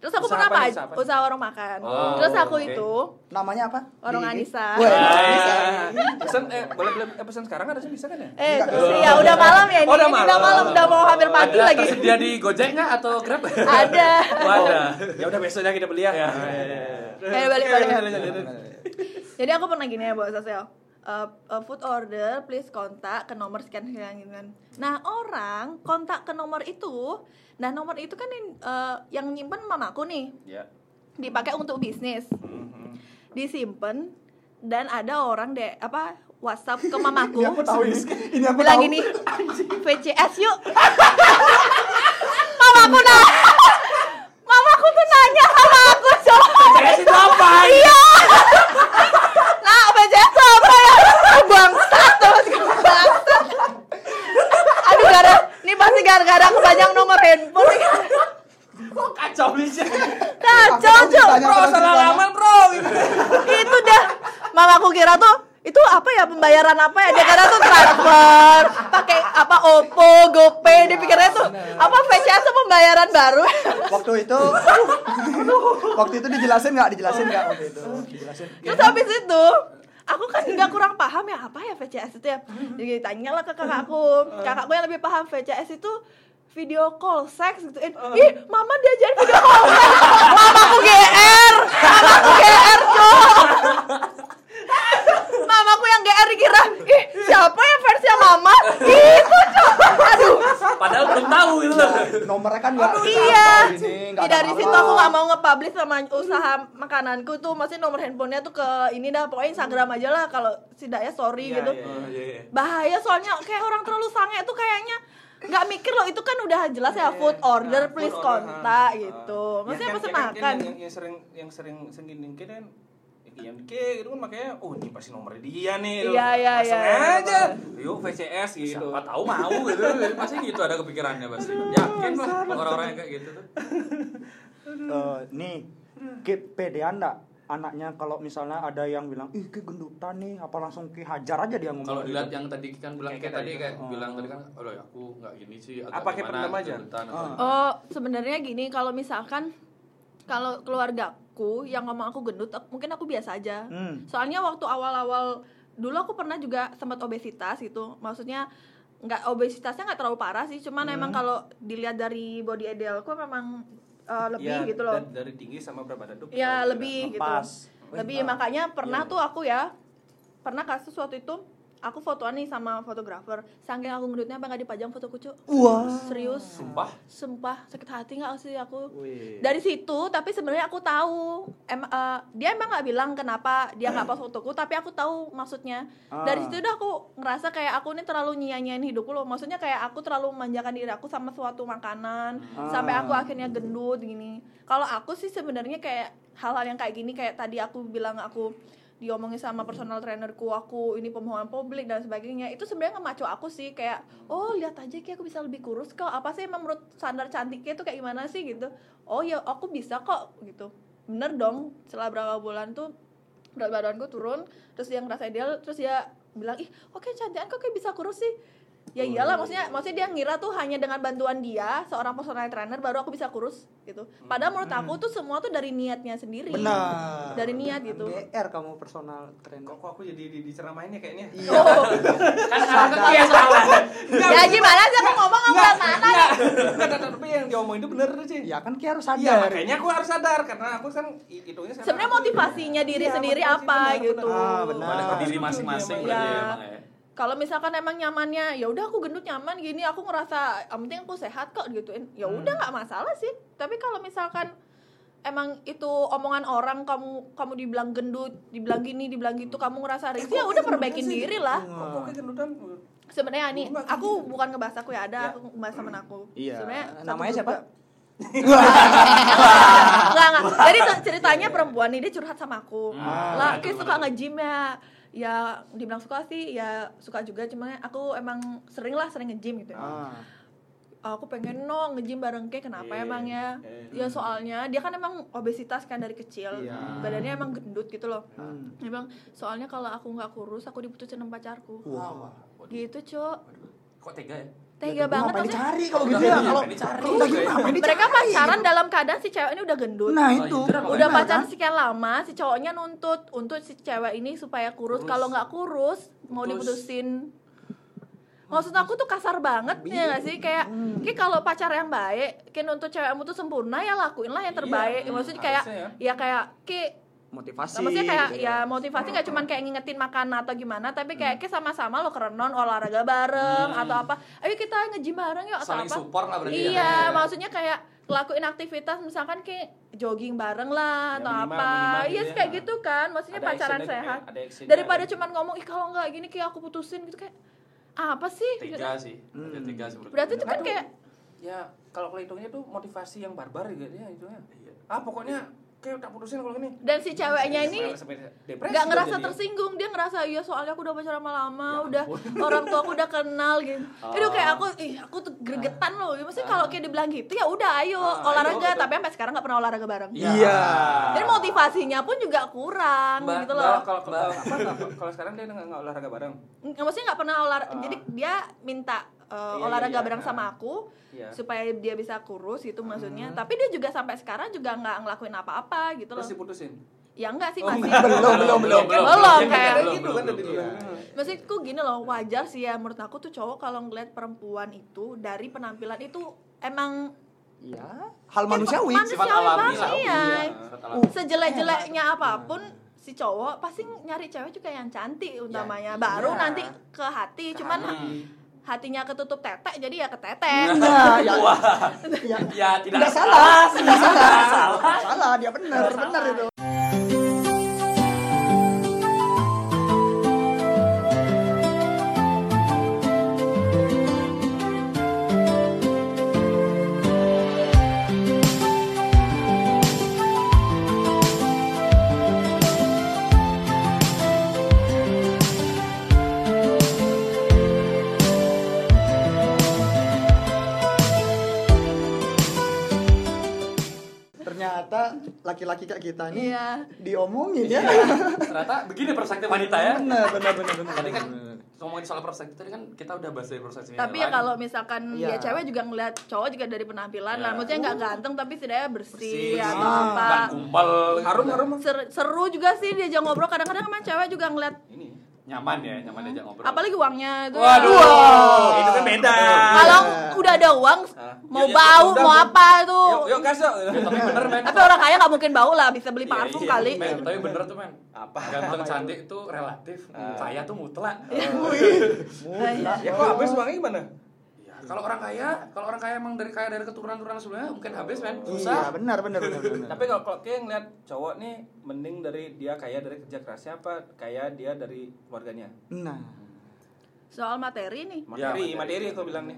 S1: terus aku
S4: Usaha
S1: pernah
S4: apa nih,
S1: maj-
S4: usaha apa nih?
S1: usaha warung makan
S2: Oh,
S1: terus aku
S2: oke.
S1: itu
S3: Namanya apa?
S1: Warung
S3: Di-
S1: Anissa.
S3: Wah,
S2: Iya.
S3: Anissa.
S4: Ah, pesan eh boleh boleh eh, pesan sekarang harusnya bisa kan ya?
S1: eh
S3: Enggak,
S1: terus
S3: enggak.
S1: ya udah malam ya ini
S4: Oh, udah
S1: Ini
S4: malam.
S1: udah mau hampir pagi
S2: Ada
S1: lagi
S2: tersedia di Gojek nggak atau Grab?
S1: ada
S2: Wadah.
S4: Ya udah besoknya kita beli ya.
S2: Iya,
S4: Ya, ya, ya.
S1: Eh, balik,
S4: Oke,
S1: balik.
S4: lanjut, lanjut.
S1: Jadi aku pernah gini ya, Bu Sosial. Uh, uh, food order, please kontak ke nomor sekian sekian gitu kan. Nah orang kontak ke nomor itu, nah nomor itu kan yang, uh, yang nyimpen mamaku nih,
S4: Ya.
S1: dipakai untuk bisnis, disimpan dan ada orang deh apa WhatsApp ke mamaku,
S3: Ini aku tahu ini. Ini aku
S1: bilang
S3: tahu.
S1: gini, VCS yuk. mamaku nanya, mamaku tuh nanya sama aku Iya. coba.
S2: Saya sih apa?
S1: Nah, BCS apa ya? Bangsat terus bangsat. Aduh gara, ini pasti gara-gara kepanjang nomor handphone. nih.
S4: Kok kacau nih sih?
S1: Kacau cuy.
S3: Tanya
S4: Bro,
S3: apa
S4: salah
S3: ceritanya?
S4: alamat, Bro. Gitu.
S1: Itu dah. Mamaku kira tuh itu apa ya pembayaran apa ya dia kira tuh transfer pakai apa Oppo GoPay dia pikirnya tuh apa VCS tuh pembayaran baru
S3: Waktu itu Waktu itu dijelasin nggak? Dijelasin nggak waktu itu? Dijelasin.
S1: terus habis itu aku kan nggak kurang paham ya apa ya VCS itu ya jadi tanya lah ke kakakku
S3: Uh.
S1: kakakku yang lebih paham VCS itu video call seks gitu Eh,
S3: Uh.
S1: ih mama diajarin video call seks mamaku GR mamaku GR cowok mamaku yang GR dikira ih siapa ya versi mama Gitu. itu cowok aduh
S2: Padahal belum tahu gitu loh.
S3: Nomornya kan nggak.
S1: iya
S3: Ini,
S1: Jadi
S3: nggak ada
S1: dari
S3: apa-apa.
S1: situ aku gak mau nge-publish sama usaha makananku tuh Maksudnya nomor handphonenya tuh ke ini dah Pokoknya Instagram aja lah kalau setidaknya sorry
S4: Iya,
S1: gitu
S4: iya,
S2: Oh, iya, iya.
S1: Bahaya soalnya kayak orang terlalu sange tuh kayaknya nggak mikir loh itu kan udah jelas ya food order
S4: Nah, food
S1: please
S4: order,
S1: kontak
S4: nah.
S1: gitu
S4: Ah.
S1: Maksudnya
S4: Ya, kan-
S1: pesen
S4: ya, kan-
S1: makan
S4: Yang, yang, yang sering yang sering sering dingkin kan yang dike gitu kan makanya oh ini pasti nomor dia nih gitu.
S1: Iya, iya,
S4: Langsung
S1: iya.
S4: aja yuk VCS gitu
S2: Siapa tahu mau gitu. Jadi Pasti gitu ada kepikirannya pasti. Yakin lah orang-orang yang kayak gitu tuh.
S3: Eh, nih, Ki, pedean nggak? Anaknya kalau misalnya ada yang bilang, ih Ki gendutan nih, apa langsung Ki hajar aja dia ngomong. gitu.
S2: Kalau dilihat yang tadi kan bilang
S4: Kayak
S2: kayak
S4: tadi.
S2: tadi kayak bilang tadi kan, "Aduh, ya aku nggak gini sih agak
S4: Apa kayak
S2: gimana,
S4: pendem aja?
S2: kedutaan atau
S3: Ah.
S2: gimana."
S1: Oh sebenarnya gini kalau misalkan kalau keluargaku yang ngomong aku gendut aku- mungkin aku biasa aja
S3: Hmm.
S1: soalnya waktu awal-awal dulu aku pernah juga sempat obesitas gitu maksudnya nggak obesitasnya nggak terlalu parah sih cuman
S4: Hmm.
S1: emang kalau dilihat dari body idealku memang uh, lebih
S4: Ya,
S1: gitu loh
S4: da- dari tinggi sama berat badan tuh
S5: Iya,
S1: ya
S4: berat-
S1: lebih gitu
S3: Pas.
S1: lebih makanya pernah tuh aku ya pernah kasus waktu itu aku fotoan nih sama fotografer saking aku ngedutnya apa nggak dipajang foto kucu
S3: Wah.
S1: serius
S2: Sumpah?
S1: sumpah sakit hati nggak sih aku
S5: Wih.
S1: dari situ tapi sebenarnya aku tahu em, eh, dia emang nggak bilang kenapa dia nggak post fotoku tapi aku tahu maksudnya dari
S5: Ah.
S1: situ udah aku ngerasa kayak aku ini terlalu nyia-nyiain hidupku loh maksudnya kayak aku terlalu memanjakan diri aku sama suatu makanan
S5: Ah.
S1: sampai aku akhirnya gendut gini kalau aku sih sebenarnya kayak hal-hal yang kayak gini kayak tadi aku bilang aku diomongin sama personal trainerku aku ini pemohon publik dan sebagainya itu sebenarnya ngemacu aku sih kayak oh lihat aja kayak aku bisa lebih kurus kok apa sih emang menurut standar cantiknya tuh kayak gimana sih gitu oh ya aku bisa kok gitu bener dong setelah berapa bulan tuh berat badanku turun terus dia ngerasa ideal terus dia bilang ih oke cantikan kok kayak bisa kurus sih ya iyalah maksudnya maksudnya dia ngira tuh hanya dengan bantuan dia seorang personal trainer baru aku bisa kurus gitu padahal menurut aku tuh semua tuh dari niatnya sendiri
S3: Benar.
S1: dari niat gitu
S3: GR kamu personal
S4: Kok,
S3: trainer.
S4: kok aku jadi di- diceramahin ya kayaknya?
S1: Oh.
S2: Kan aku kayak salah.
S1: ya gimana sih aku ngomong nggak berat mana nih
S4: Nggak, nggak, Iya. tapi yang diomongin itu bener sih.
S3: Ya kan Ki harus
S4: Iya,
S3: sadar.
S4: makanya aku harus sadar karena aku kan i- hitungnya sekarang
S1: sebenarnya
S4: aku-
S1: motivasinya diri
S4: Iya,
S1: sendiri
S4: motivasi,
S1: apa
S4: benar, benar.
S1: gitu
S3: Ah, benar.
S2: Pada ke diri
S4: Setuju,
S2: masing-masing
S4: Oh. iya,
S2: berarti ya,
S1: iya.
S2: emang ya.
S1: kalau misalkan emang nyamannya ya udah aku gendut nyaman gini aku ngerasa yang penting aku sehat kok gituin ya
S5: Hmm.
S1: udah nggak masalah sih tapi kalau misalkan emang itu omongan orang kamu kamu dibilang gendut dibilang gini dibilang gitu kamu
S5: Eh,
S1: ngerasa risih ya udah perbaikin diri lah
S5: Iya.
S4: Kok kok kayak gendutan?
S1: sebenarnya nih
S4: Enggak,
S1: aku bukan ngebahas aku ya
S4: Ya.
S1: ada aku ngebahas temen aku
S5: Iya.
S1: sebenarnya satu
S5: Namanya
S1: grup
S5: siapa?
S1: ya. Enggak, enggak. Jadi tuh ceritanya perempuan nih dia curhat sama aku.
S2: Ah,
S1: lah,
S2: itu
S1: kayak suka
S2: gimana
S1: nge-gym ya. Ya dibilang suka sih, ya suka juga cuman aku emang sering lah sering nge-gym gitu. ya.
S5: Ah.
S1: Aku pengen no nge-gym bareng kayak kenapa emang ya? Ya soalnya dia kan emang obesitas kan dari kecil.
S5: Iya.
S1: Badannya emang gendut gitu loh.
S5: Hmm.
S1: Emang soalnya kalau aku nggak kurus, aku diputusin sama pacarku.
S3: Wow.
S1: Gitu, Cuk.
S2: Iya. Kok tega ya?
S1: Tega banget
S3: Ngapain
S1: maksudnya.
S3: dicari kalau gitu
S2: Iya,
S3: ya? Kalau
S2: ngapain dicari?
S3: kalau udah gitu
S1: Iya.
S3: ngapain dicari?
S1: Mereka pacaran dalam keadaan si cewek ini udah gendut.
S3: Nah,
S2: Oh,
S3: itu.
S2: iya, bener,
S1: udah
S3: Bener,
S1: pacaran
S3: kan?
S1: sekian lama si cowoknya nuntut untuk si cewek ini supaya kurus,
S2: Kurus.
S1: kalau nggak kurus mau
S2: Putus.
S1: diputusin maksud aku tuh kasar banget
S2: Iya.
S1: ya nggak sih kayak
S2: Hmm.
S1: kayak kalau pacar yang baik kayak nuntut cewekmu tuh sempurna ya lakuin lah yang
S2: Iya,
S1: terbaik
S2: hmm,
S1: maksudnya kayak
S2: harusnya
S1: ya
S2: iya.
S1: kayak kayak
S5: Motivasi.
S1: maksudnya kayak
S5: gitu
S1: ya motivasi nggak cuman kayak ngingetin makan atau gimana tapi kayak
S2: Hmm.
S1: kayak sama-sama lo kerenon olahraga bareng atau apa ayo kita nge-gym bareng yuk atau
S2: Saling
S1: apa
S2: support lah berarti ya.
S1: iya maksudnya kayak lakuin aktivitas misalkan kayak jogging bareng lah
S4: Ya,
S1: atau
S4: minimal-
S1: apa
S4: minimal
S1: iya
S4: gitu
S1: sih kayak
S4: ya.
S1: gitu kan maksudnya
S2: Ada
S1: pacaran
S2: action-nya,
S1: sehat
S2: ada action-nya,
S1: daripada
S2: ada-
S1: cuman ngomong ih kalau nggak gini kayak aku putusin gitu kayak apa sih Gitu.
S2: Tega sih. Ada tega sih. menurut
S1: berarti
S2: gue.
S1: itu kan kayak
S4: Ya, kalau kalau hitungnya tuh motivasi yang barbar ya gitu ya hitungnya.
S2: Iya.
S4: Ah, pokoknya kayak tak putusin kalau gini.
S1: dan si ceweknya ini
S4: Sampai- sampai depresi
S1: nggak
S4: dong
S1: ngerasa
S4: jadinya.
S1: tersinggung dia ngerasa iya soalnya aku udah pacaran lama-lama udah orang tua aku udah kenal gitu Aduh kayak aku ih aku tuh gregetan loh maksudnya kalau kayak dibilang gitu ya udah ayo
S4: Ah,
S1: olahraga
S4: ayo, gitu.
S1: tapi sampai sekarang nggak pernah olahraga bareng
S5: Iya.
S1: jadi motivasinya pun juga kurang
S2: Mbak-
S1: gitu
S4: Kalau
S1: loh
S4: kalau kalau apa, kalau- kalau sekarang dia nggak nggak olahraga bareng.
S1: Nggak, maksudnya nggak pernah olahraga
S4: Ah.
S1: jadi dia minta uh,
S4: iya,
S1: olahraga
S4: iya,
S1: bareng
S4: nah.
S1: sama aku
S4: Iya.
S1: supaya dia bisa kurus gitu maksudnya tapi dia juga sampai sekarang juga nggak ngelakuin apa-apa gitu loh
S4: Terus diputusin.
S1: ya enggak sih masih
S3: Belum, belum, belum.
S1: belum,
S2: Belum,
S1: kayak-
S2: belum,
S4: gitu kan
S2: belum,
S4: tadi
S2: belum.
S4: bilang.
S1: maksudku gini loh wajar sih ya menurut aku tuh cowok kalau ngeliat perempuan itu dari penampilan itu emang
S3: Iya. Hal manusiawi. Iya.
S1: Manusiawi
S2: Sifat alami lah.
S1: iya.
S2: Sifat alami.
S1: sejelek-jeleknya apapun si cowok pasti nyari cewek juga yang cantik utamanya baru
S4: iya.
S1: nanti ke hati cuman hatinya ketutup tetek jadi ya ketetek
S2: Iya.
S3: Nah, ya. Ya.
S2: Ya, tidak
S3: Tidak salah, tidak salah. Salah, dia benar, benar itu. Ternyata laki-laki kayak kita nih
S1: Iya.
S3: diomongin ya.
S2: Ternyata begini perspektif wanita ya.
S3: Benar, benar, benar, benar.
S2: Tadi kan ngomongin soal perspektif tadi kan kita udah bahas dari perspektif
S1: tapi ya
S2: yang lain.
S1: kalau misalkan ya
S3: Iya.
S1: cewek juga ngeliat cowok juga dari penampilan
S2: Iya.
S1: lah maksudnya nggak ganteng tapi setidaknya bersih,
S2: Bersih, Iya,
S1: atau
S3: bersih.
S1: apa
S2: Nggak kumpel,
S4: Harum harum.
S1: Ser- seru juga sih diajak ngobrol kadang-kadang emang cewek juga ngeliat
S4: Ini.
S2: nyaman ya, nyaman aja ngobrol.
S1: apalagi uangnya itu
S2: Waduh,
S1: ya.
S2: itu kan beda.
S1: kalau udah ada uang
S4: Ah.
S1: mau
S2: Yuk, yuk,
S1: bau
S2: udah,
S1: mau
S2: udah.
S1: apa itu
S4: iya,
S2: Yuk, yuk kasih. Tapi bener men.
S1: tapi orang kaya nggak mungkin bau lah bisa beli
S2: Iya,
S1: parfum
S2: iya,
S1: kali
S2: men. Tapi bener tuh men.
S4: Apa?
S2: Ganteng cantik tuh relatif.
S4: Ah.
S2: Kaya tuh mutlak.
S1: Iya.
S4: Ya kok habis uangnya gimana?
S2: Ya, kalau orang kaya, kalau orang kaya emang dari kaya dari keturunan-keturunan sebelumnya mungkin habis men.
S3: Iya,
S2: Susah.
S3: benar benar benar. benar.
S4: Tapi kalau kalau kayak ngeliat cowok nih mending dari dia kaya dari kerja kerasnya apa kaya dia dari keluarganya?
S3: nah,
S1: soal materi nih
S4: Materi,
S2: materi.
S4: materi aku bilang nih.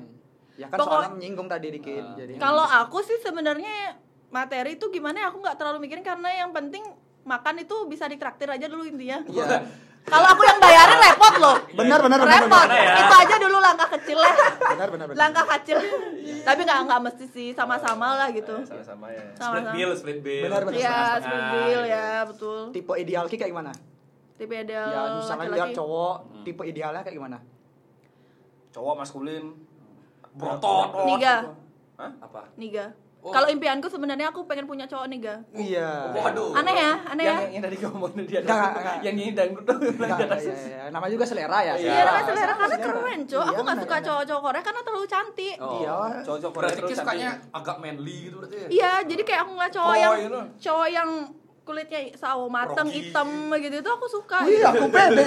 S3: ya kan
S1: Pokok-
S3: soalnya menyinggung tadi dikit. jadi
S2: Iya.
S1: kalau aku sih sebenarnya materi itu gimana ya, aku nggak terlalu mikirin karena yang penting makan itu bisa ditraktir aja dulu intinya
S3: Iya.
S1: kalau aku yang bayarin repot loh
S3: Benar benar benar.
S1: repot
S3: benar.
S2: ya?
S1: itu aja dulu langkah kecil lah
S3: Benar benar benar.
S1: langkah kecil tapi nggak nggak mesti sih sama-sama lah gitu
S4: Sama-sama ya.
S2: Split Iya, bill, split bill.
S3: Benar, benar.
S1: Iya,
S2: Setengah-setengah,
S1: split bill
S2: gitu.
S1: ya, betul.
S3: Tipe ideal Ki kayak gimana?
S1: Tipe ada
S3: Ya misalnya lihat
S1: laki-laki.
S3: cowok, tipe idealnya kayak gimana?
S4: Cowok maskulin,
S2: Brotot.
S1: Niga.
S3: gitu.
S4: Hah?
S2: Apa?
S1: Niga.
S2: Oh.
S1: Kalau impianku sebenarnya aku pengen punya cowok niga.
S3: Iya.
S2: Waduh.
S1: Aneh ya, aneh ya.
S4: Yang, yang tadi kamu ngomongin dia.
S3: Enggak, enggak, enggak.
S4: Yang ini dangdut tuh.
S3: Nah, iya, iya. Nama juga selera
S1: Iya,
S3: ya.
S2: Selera,
S1: namanya selera karena
S3: Selera.
S1: keren, cowok.
S3: Iya,
S1: Aku nggak
S3: benar,
S1: suka
S3: benar.
S1: cowok-cowok Korea karena terlalu cantik.
S3: Iya.
S4: Cowok-cowok
S2: Berarti
S4: terus
S2: Ki sukanya
S4: cantik.
S2: agak manly gitu berarti. ya?
S1: Iya, jadi kayak aku nggak cowok
S3: Oh,
S4: Boy,
S1: yang
S3: iya,
S4: you know.
S1: cowok yang kulitnya sawo mateng,
S2: Rocky.
S1: hitam gitu itu aku suka.
S3: Wih, aku pede.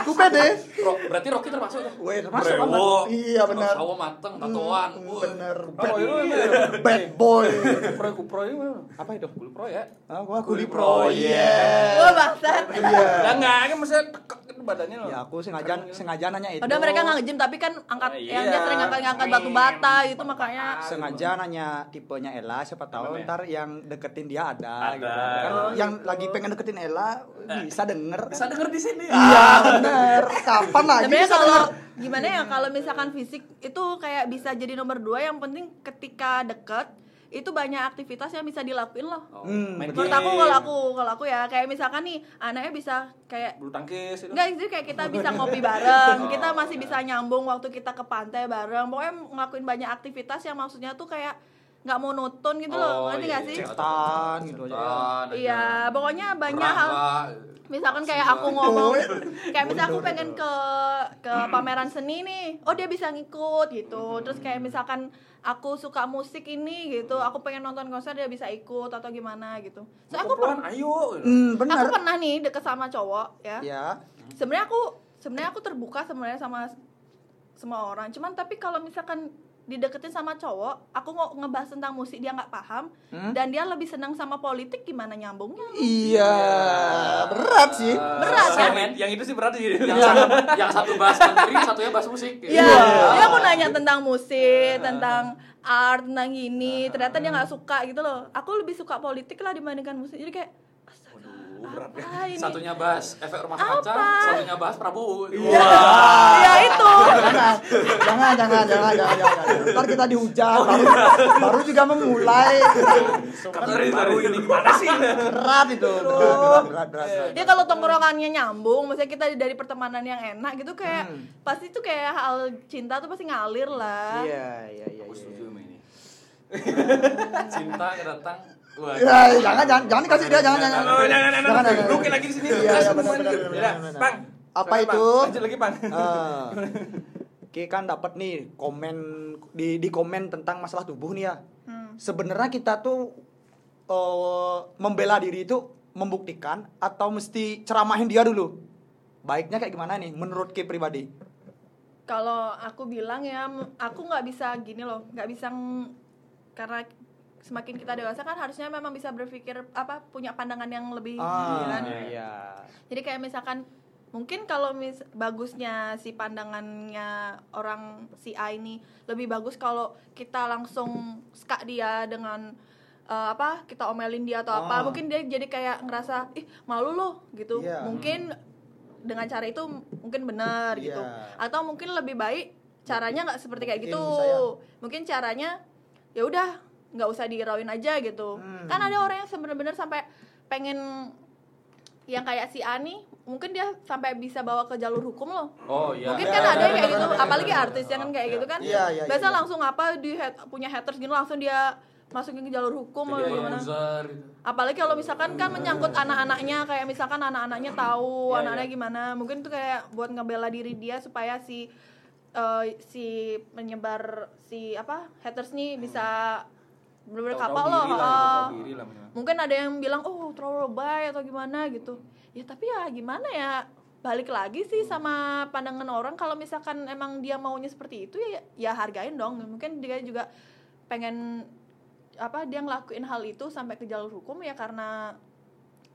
S3: aku pede.
S2: Ro- berarti Rocky termasuk ya?
S3: Weh, termasuk
S2: Brewo,
S3: banget. Iya,
S2: terus
S3: benar.
S2: sawo mateng, tatoan.
S3: Hmm,
S2: Wih.
S3: Bener.
S4: Oh,
S3: Bad,
S4: itu
S3: bad boy.
S4: Kupro, kupro itu mana?
S3: Apa itu?
S4: Kupro ya?
S3: Aku aku di pro. iya.
S1: Wah, bangsat.
S4: Lah enggak, kan maksudnya tekek gitu badannya loh.
S3: Ya aku sengaja sengaja nanya itu.
S1: Padahal mereka nggak nge-gym tapi kan angkat
S4: Oh,
S1: yang dia
S4: iya.
S1: sering ngangkat-ngangkat batu bata gitu makanya
S3: sengaja nanya tipenya Ella siapa tahu
S4: Namanya?
S3: ntar yang deketin dia ada,
S2: ya? Ada.
S3: gitu. Kan
S2: Oh,
S3: yang lagi pengen deketin Ella bisa denger
S2: Bisa denger di sini.
S3: iya bener kapan lagi
S1: Sebenarnya
S3: bisa
S1: ya kalau
S3: denger
S1: gimana ya kalau misalkan fisik itu kayak bisa jadi nomor dua yang penting ketika deket itu banyak aktivitas yang bisa dilakuin loh.
S3: Hmm,
S4: Main
S1: Menurut
S4: game.
S1: aku kalau aku kalau aku ya kayak misalkan nih anaknya bisa kayak
S4: bulu tangkis itu.
S1: Enggak, jadi kayak kita bisa ngopi bareng, kita masih bisa nyambung waktu kita ke pantai bareng. Pokoknya ngelakuin banyak aktivitas yang maksudnya tuh kayak nggak monoton gitu loh, ngerti nggak sih?
S3: Cetan, gitu aja ya.
S1: Iya, pokoknya banyak hal
S2: hal.
S1: misalkan kayak aku ngomong kayak misal aku pengen ke ke pameran seni nih oh dia bisa ngikut gitu terus kayak misalkan aku suka musik ini gitu aku pengen nonton konser dia bisa ikut atau gimana gitu so aku per-
S4: Kumpulan, ayo.
S3: hmm, bener
S1: aku pernah nih deket sama cowok ya
S3: ya
S1: sebenarnya aku sebenarnya aku terbuka sebenarnya sama semua orang cuman tapi kalau misalkan dideketin sama cowok aku nggak ngebahas tentang musik dia nggak paham
S3: Hmm?
S1: dan dia lebih senang sama politik gimana nyambungnya
S3: iya berat sih
S1: Berat, kan?
S2: Yang- yang itu sih berat sih yang, satu- yang satu bahas sendiri satunya bahas musik
S1: Iya,
S3: Iya.
S1: dia mau nanya tentang musik, tentang art, tentang ini. Ternyata dia nggak suka gitu loh. Aku lebih suka politik lah dibandingkan musik. Jadi kayak astaga,
S3: ya.
S1: apa ini?
S2: satunya bahas efek rumah kaca
S1: Apa? Iya.
S2: satunya bahas prabowo Iya.
S1: Ya itu.
S3: jangan jangan jangan jangan jangan, jangan. ntar kita dihujat
S2: Oh,
S3: baru,
S2: iya.
S3: baru juga memulai
S2: Sorry, sorry.
S4: ini gimana sih?
S3: berat itu berat berat berat, berat, berat.
S1: Dia Ya, kalau tongkrongannya nyambung, maksudnya kita dari pertemanan yang enak gitu kayak
S3: Hmm.
S1: pasti tuh kayak hal cinta tuh pasti ngalir lah.
S3: iya iya iya
S4: Aku
S3: iya.
S4: setuju sama ini.
S2: Oh, cinta yang datang iya. Wah.
S3: Ya, jangan jangan jangan dikasih dia jangan jangan.
S4: Oh, jangan, jangan,
S3: Jangan,
S4: jangan.
S3: jangan.
S4: Rugi lagi di sini.
S3: Iya, iya,
S4: Kasih
S3: benar,
S4: semuanya.
S3: benar, benar,
S4: Yaudah,
S3: benar, benar.
S4: Pang.
S3: Apa
S4: Sorry, Pang.
S3: itu?
S4: Lanjut lagi, Pang.
S3: Eh, Ki kan dapat nih komen di di komen tentang masalah tubuh nih ya.
S1: Hmm.
S3: Sebenarnya kita tuh eh, membela diri itu membuktikan atau mesti ceramahin dia dulu. Baiknya kayak gimana nih menurut Ki pribadi?
S1: Kalau aku bilang ya, m- aku nggak bisa gini loh, nggak bisa ng- karena semakin kita dewasa kan harusnya memang bisa berpikir apa punya pandangan yang lebih
S3: Ah,
S1: gila.
S3: iya.
S1: Jadi kayak misalkan mungkin kalau mis bagusnya si pandangannya orang si A ini lebih bagus kalau kita langsung skak dia dengan eh, apa kita omelin dia atau
S3: Ah.
S1: apa mungkin dia jadi kayak ngerasa ih malu loh gitu
S3: Iya.
S1: mungkin dengan cara itu mungkin benar
S3: Iya.
S1: gitu atau mungkin lebih baik caranya nggak seperti kayak
S3: Mungkin
S1: gitu
S3: saya-
S1: mungkin caranya ya udah nggak usah dihirauin aja gitu
S3: Hmm.
S1: kan ada orang yang sebenar-benar sampai pengen yang kayak si Ani mungkin dia sampai bisa bawa ke jalur hukum loh
S2: oh iya
S1: mungkin
S2: Iya,
S1: kan
S2: iya,
S1: ada yang kayak
S2: iya,
S1: gitu
S2: iya, iya,
S1: apalagi
S2: iya.
S1: artis yang kan kayak gitu kan
S3: Iya, iya,
S1: biasa
S3: iya.
S1: langsung apa di hat- punya haters gitu langsung dia masukin ke jalur hukum atau
S2: Jadi orang
S1: gimana
S2: loser gitu.
S1: apalagi kalau misalkan kan menyangkut anak-anaknya kayak misalkan anak-anaknya tahu
S4: Iya,
S1: anak-anaknya gimana mungkin tuh kayak buat ngebela diri dia supaya si eh, si penyebar si apa haters nih bisa bener-bener
S4: Tahu-tahu
S1: kapal loh Oh.
S4: diri lah,
S1: heeh.
S4: tahu-tahu diri lah, minimal.
S1: mungkin ada yang bilang oh terlalu lebay atau gimana gitu ya tapi ya gimana ya balik lagi sih sama pandangan orang kalau misalkan emang dia maunya seperti itu ya ya hargain dong mungkin dia juga pengen apa dia ngelakuin hal itu sampai ke jalur hukum ya karena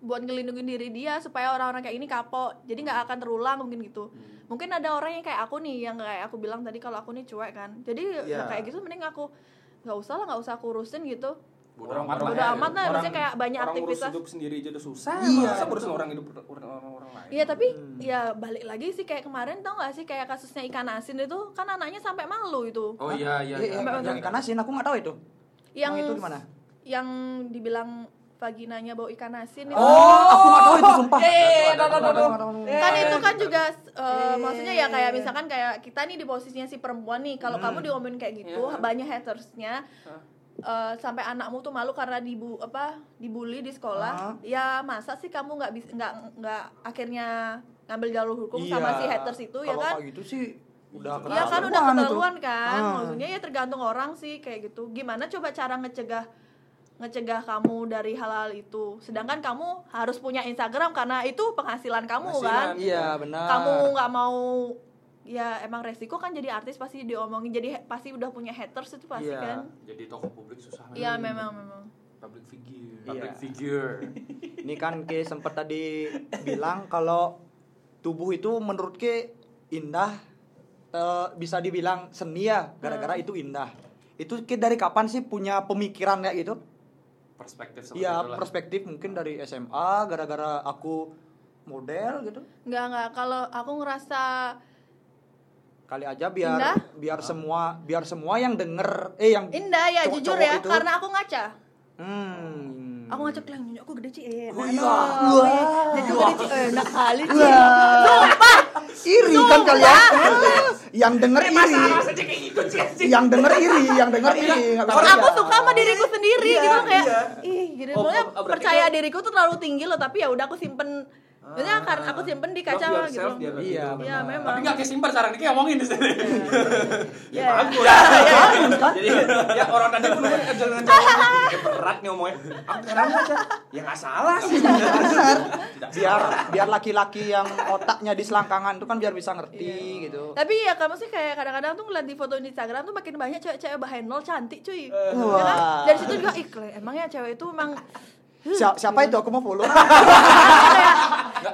S1: buat ngelindungin diri dia supaya orang-orang kayak ini kapok jadi nggak akan terulang mungkin gitu mungkin ada orang yang kayak aku nih yang kayak aku bilang tadi kalau aku nih cuek kan jadi ya
S3: Iya.
S1: kayak gitu mending aku nggak usah lah nggak usah aku urusin gitu
S2: Bodo amat
S1: bodo
S2: lah ya.
S1: amat lah
S4: Orang-
S1: harusnya kayak banyak
S4: orang ngurus
S1: aktivitas
S4: hidup sendiri aja udah susah
S3: Iya,
S4: masa ngurusin
S3: betul.
S4: orang hidup orang orang, orang lain
S1: Iya tapi
S3: Hmm.
S1: ya balik lagi sih kayak kemarin tau gak sih kayak kasusnya ikan asin itu kan anaknya sampai malu itu
S2: Oh iya iya. iya.
S3: yang, yang ikan asin aku nggak tahu itu.
S1: yang
S3: itu gimana?
S1: yang dibilang vaginanya bau ikan asin itu
S3: Oh, iya, aku nggak tahu itu sumpah.
S1: Eh,
S2: Ada, ada,
S1: tunggu,
S2: ada,
S1: tunggu.
S3: ada,
S1: kan itu kan juga
S3: Iya,
S1: eh, maksudnya ya kayak misalkan kayak kita nih di posisinya si perempuan nih kalau kamu
S3: Hmm.
S1: diomelin kayak gitu
S3: Iya.
S1: banyak hatersnya eh, sampai anakmu tuh malu karena dibu apa dibully di sekolah ya masa sih kamu nggak bisa nggak nggak akhirnya ngambil jalur hukum sama
S3: Iya.
S1: si haters itu ya
S3: Kalau
S1: kan
S3: kayak gitu sih udah
S1: Iya kan udah
S3: keterlaluan itu.
S1: keterlaluan kan.
S3: Ah.
S1: Maksudnya ya tergantung orang sih kayak gitu. Gimana coba cara ngecegah ngecegah kamu dari hal-hal itu. Sedangkan kamu harus punya Instagram karena itu penghasilan kamu kan.
S4: Penghasilan.
S3: Iya benar.
S1: Kamu nggak mau ya emang resiko kan jadi artis pasti diomongin jadi he- pasti udah punya haters itu pasti
S3: Iya.
S1: kan.
S2: Jadi tokoh publik susah.
S1: Iya
S2: kan?
S1: memang memang.
S2: Public figure.
S3: Iya.
S2: Public figure.
S3: Ini kan ke sempat tadi bilang kalau tubuh itu menurut ke indah eh, bisa dibilang seni ya
S1: Hmm.
S3: gara-gara itu indah. Itu ke dari kapan sih punya pemikiran kayak gitu?
S2: Perspektif seperti
S3: Iya
S2: itulah.
S3: perspektif mungkin dari SMA gara-gara aku model gitu.
S1: Nggak nggak kalau aku ngerasa
S3: Kali aja biar
S1: Indah?
S3: biar semua biar semua yang denger eh yang
S1: indah ya
S3: cowok-cowok
S1: jujur ya
S3: itu.
S1: karena aku ngaca.
S3: Hmm.
S1: Aku ngaca kelang nyonya aku gede Ci. Eh,
S3: Oh
S1: enak
S3: iya.
S1: dong.
S3: Wah.
S1: Eh, Jadi gede Ci. Eh, enak kali Ci.
S3: iri kan kalian yang denger iri gitu, yang denger iri yang denger iri nggak bisa
S1: aku
S3: ya.
S1: suka sama diriku sendiri
S3: Iya,
S1: gitu kayak ih gitu
S4: Oh,
S1: Pokoknya
S4: oh, berarti
S1: percaya
S4: itu-
S1: diriku tuh terlalu tinggi loh tapi ya udah aku simpen maksudnya
S3: Ah.
S1: karena aku simpen di kaca
S4: Love
S1: gitu loh
S4: yourself, dia bilang
S3: Iya,
S4: gitu.
S1: ya memang
S2: Tapi nggak kesimpan sekarang ini ngomongin di sini.
S1: ya,
S3: kan?
S4: Jadi ya orang tadi pun kan jangan jangan berat nih omongnya. Aku sekarang aja ya nggak salah sih.
S3: biar biar laki-laki yang otaknya di selangkangan itu kan biar bisa ngerti gitu
S1: tapi ya kamu sih kayak kadang-kadang tuh ngeliat di foto Instagram tuh makin banyak cewek-cewek bahenol cantik cuy
S3: Eh.
S1: ya kan?
S3: Wah.
S1: dari situ juga ih kle- emang ya cewek itu emang
S3: Siapa, siapa itu aku mau follow
S1: kayak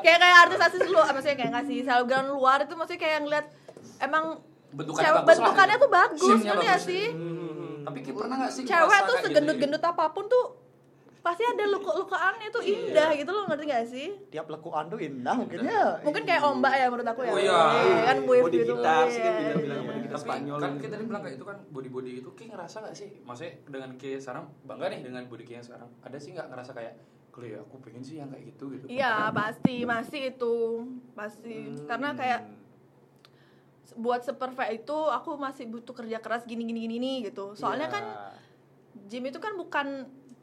S1: kayak kayak artis-artis lu maksudnya kayak ngasih selebgram luar itu maksudnya kayak ngeliat emang
S2: Bentukannya
S1: cewek-
S2: bagus lah.
S1: bentukannya tuh bagus
S2: Scene-nya
S1: ngerti gak
S2: bagus. Hmm.
S1: sih
S2: Tapi kayak pernah nggak sih
S1: cewek
S2: ngerasa
S1: tuh
S4: ya.
S2: kayak gitu?
S1: segendut-gendut apapun tuh pasti ada luka-lukaannya tuh
S4: Iya.
S1: indah gitu loh ngerti gak sih?
S3: tiap leku andu indah mungkin ya
S1: Mungkin kayak ombak ya menurut aku ya.
S2: Oh iya.
S1: kan wave
S4: Iya. Body
S1: gitu.
S4: gitar sih kan
S1: Iya.
S4: bilang-bilang body
S2: Tapi
S4: gitar Spanyol.
S2: kan kita tadi bilang kayak itu kan body body itu kayak ngerasa nggak sih maksudnya dengan kayak sekarang bangga nih dengan body kayak sekarang ada sih nggak ngerasa kayak kalau ya aku pengen sih yang kayak gitu gitu
S1: Iya, pasti masih itu. Pasti
S4: Hmm.
S1: karena kayak se- buat seperfect itu aku masih butuh kerja keras gini gini gini nih gitu. Soalnya
S4: Iya.
S1: kan
S3: Iya.
S1: gym itu kan bukan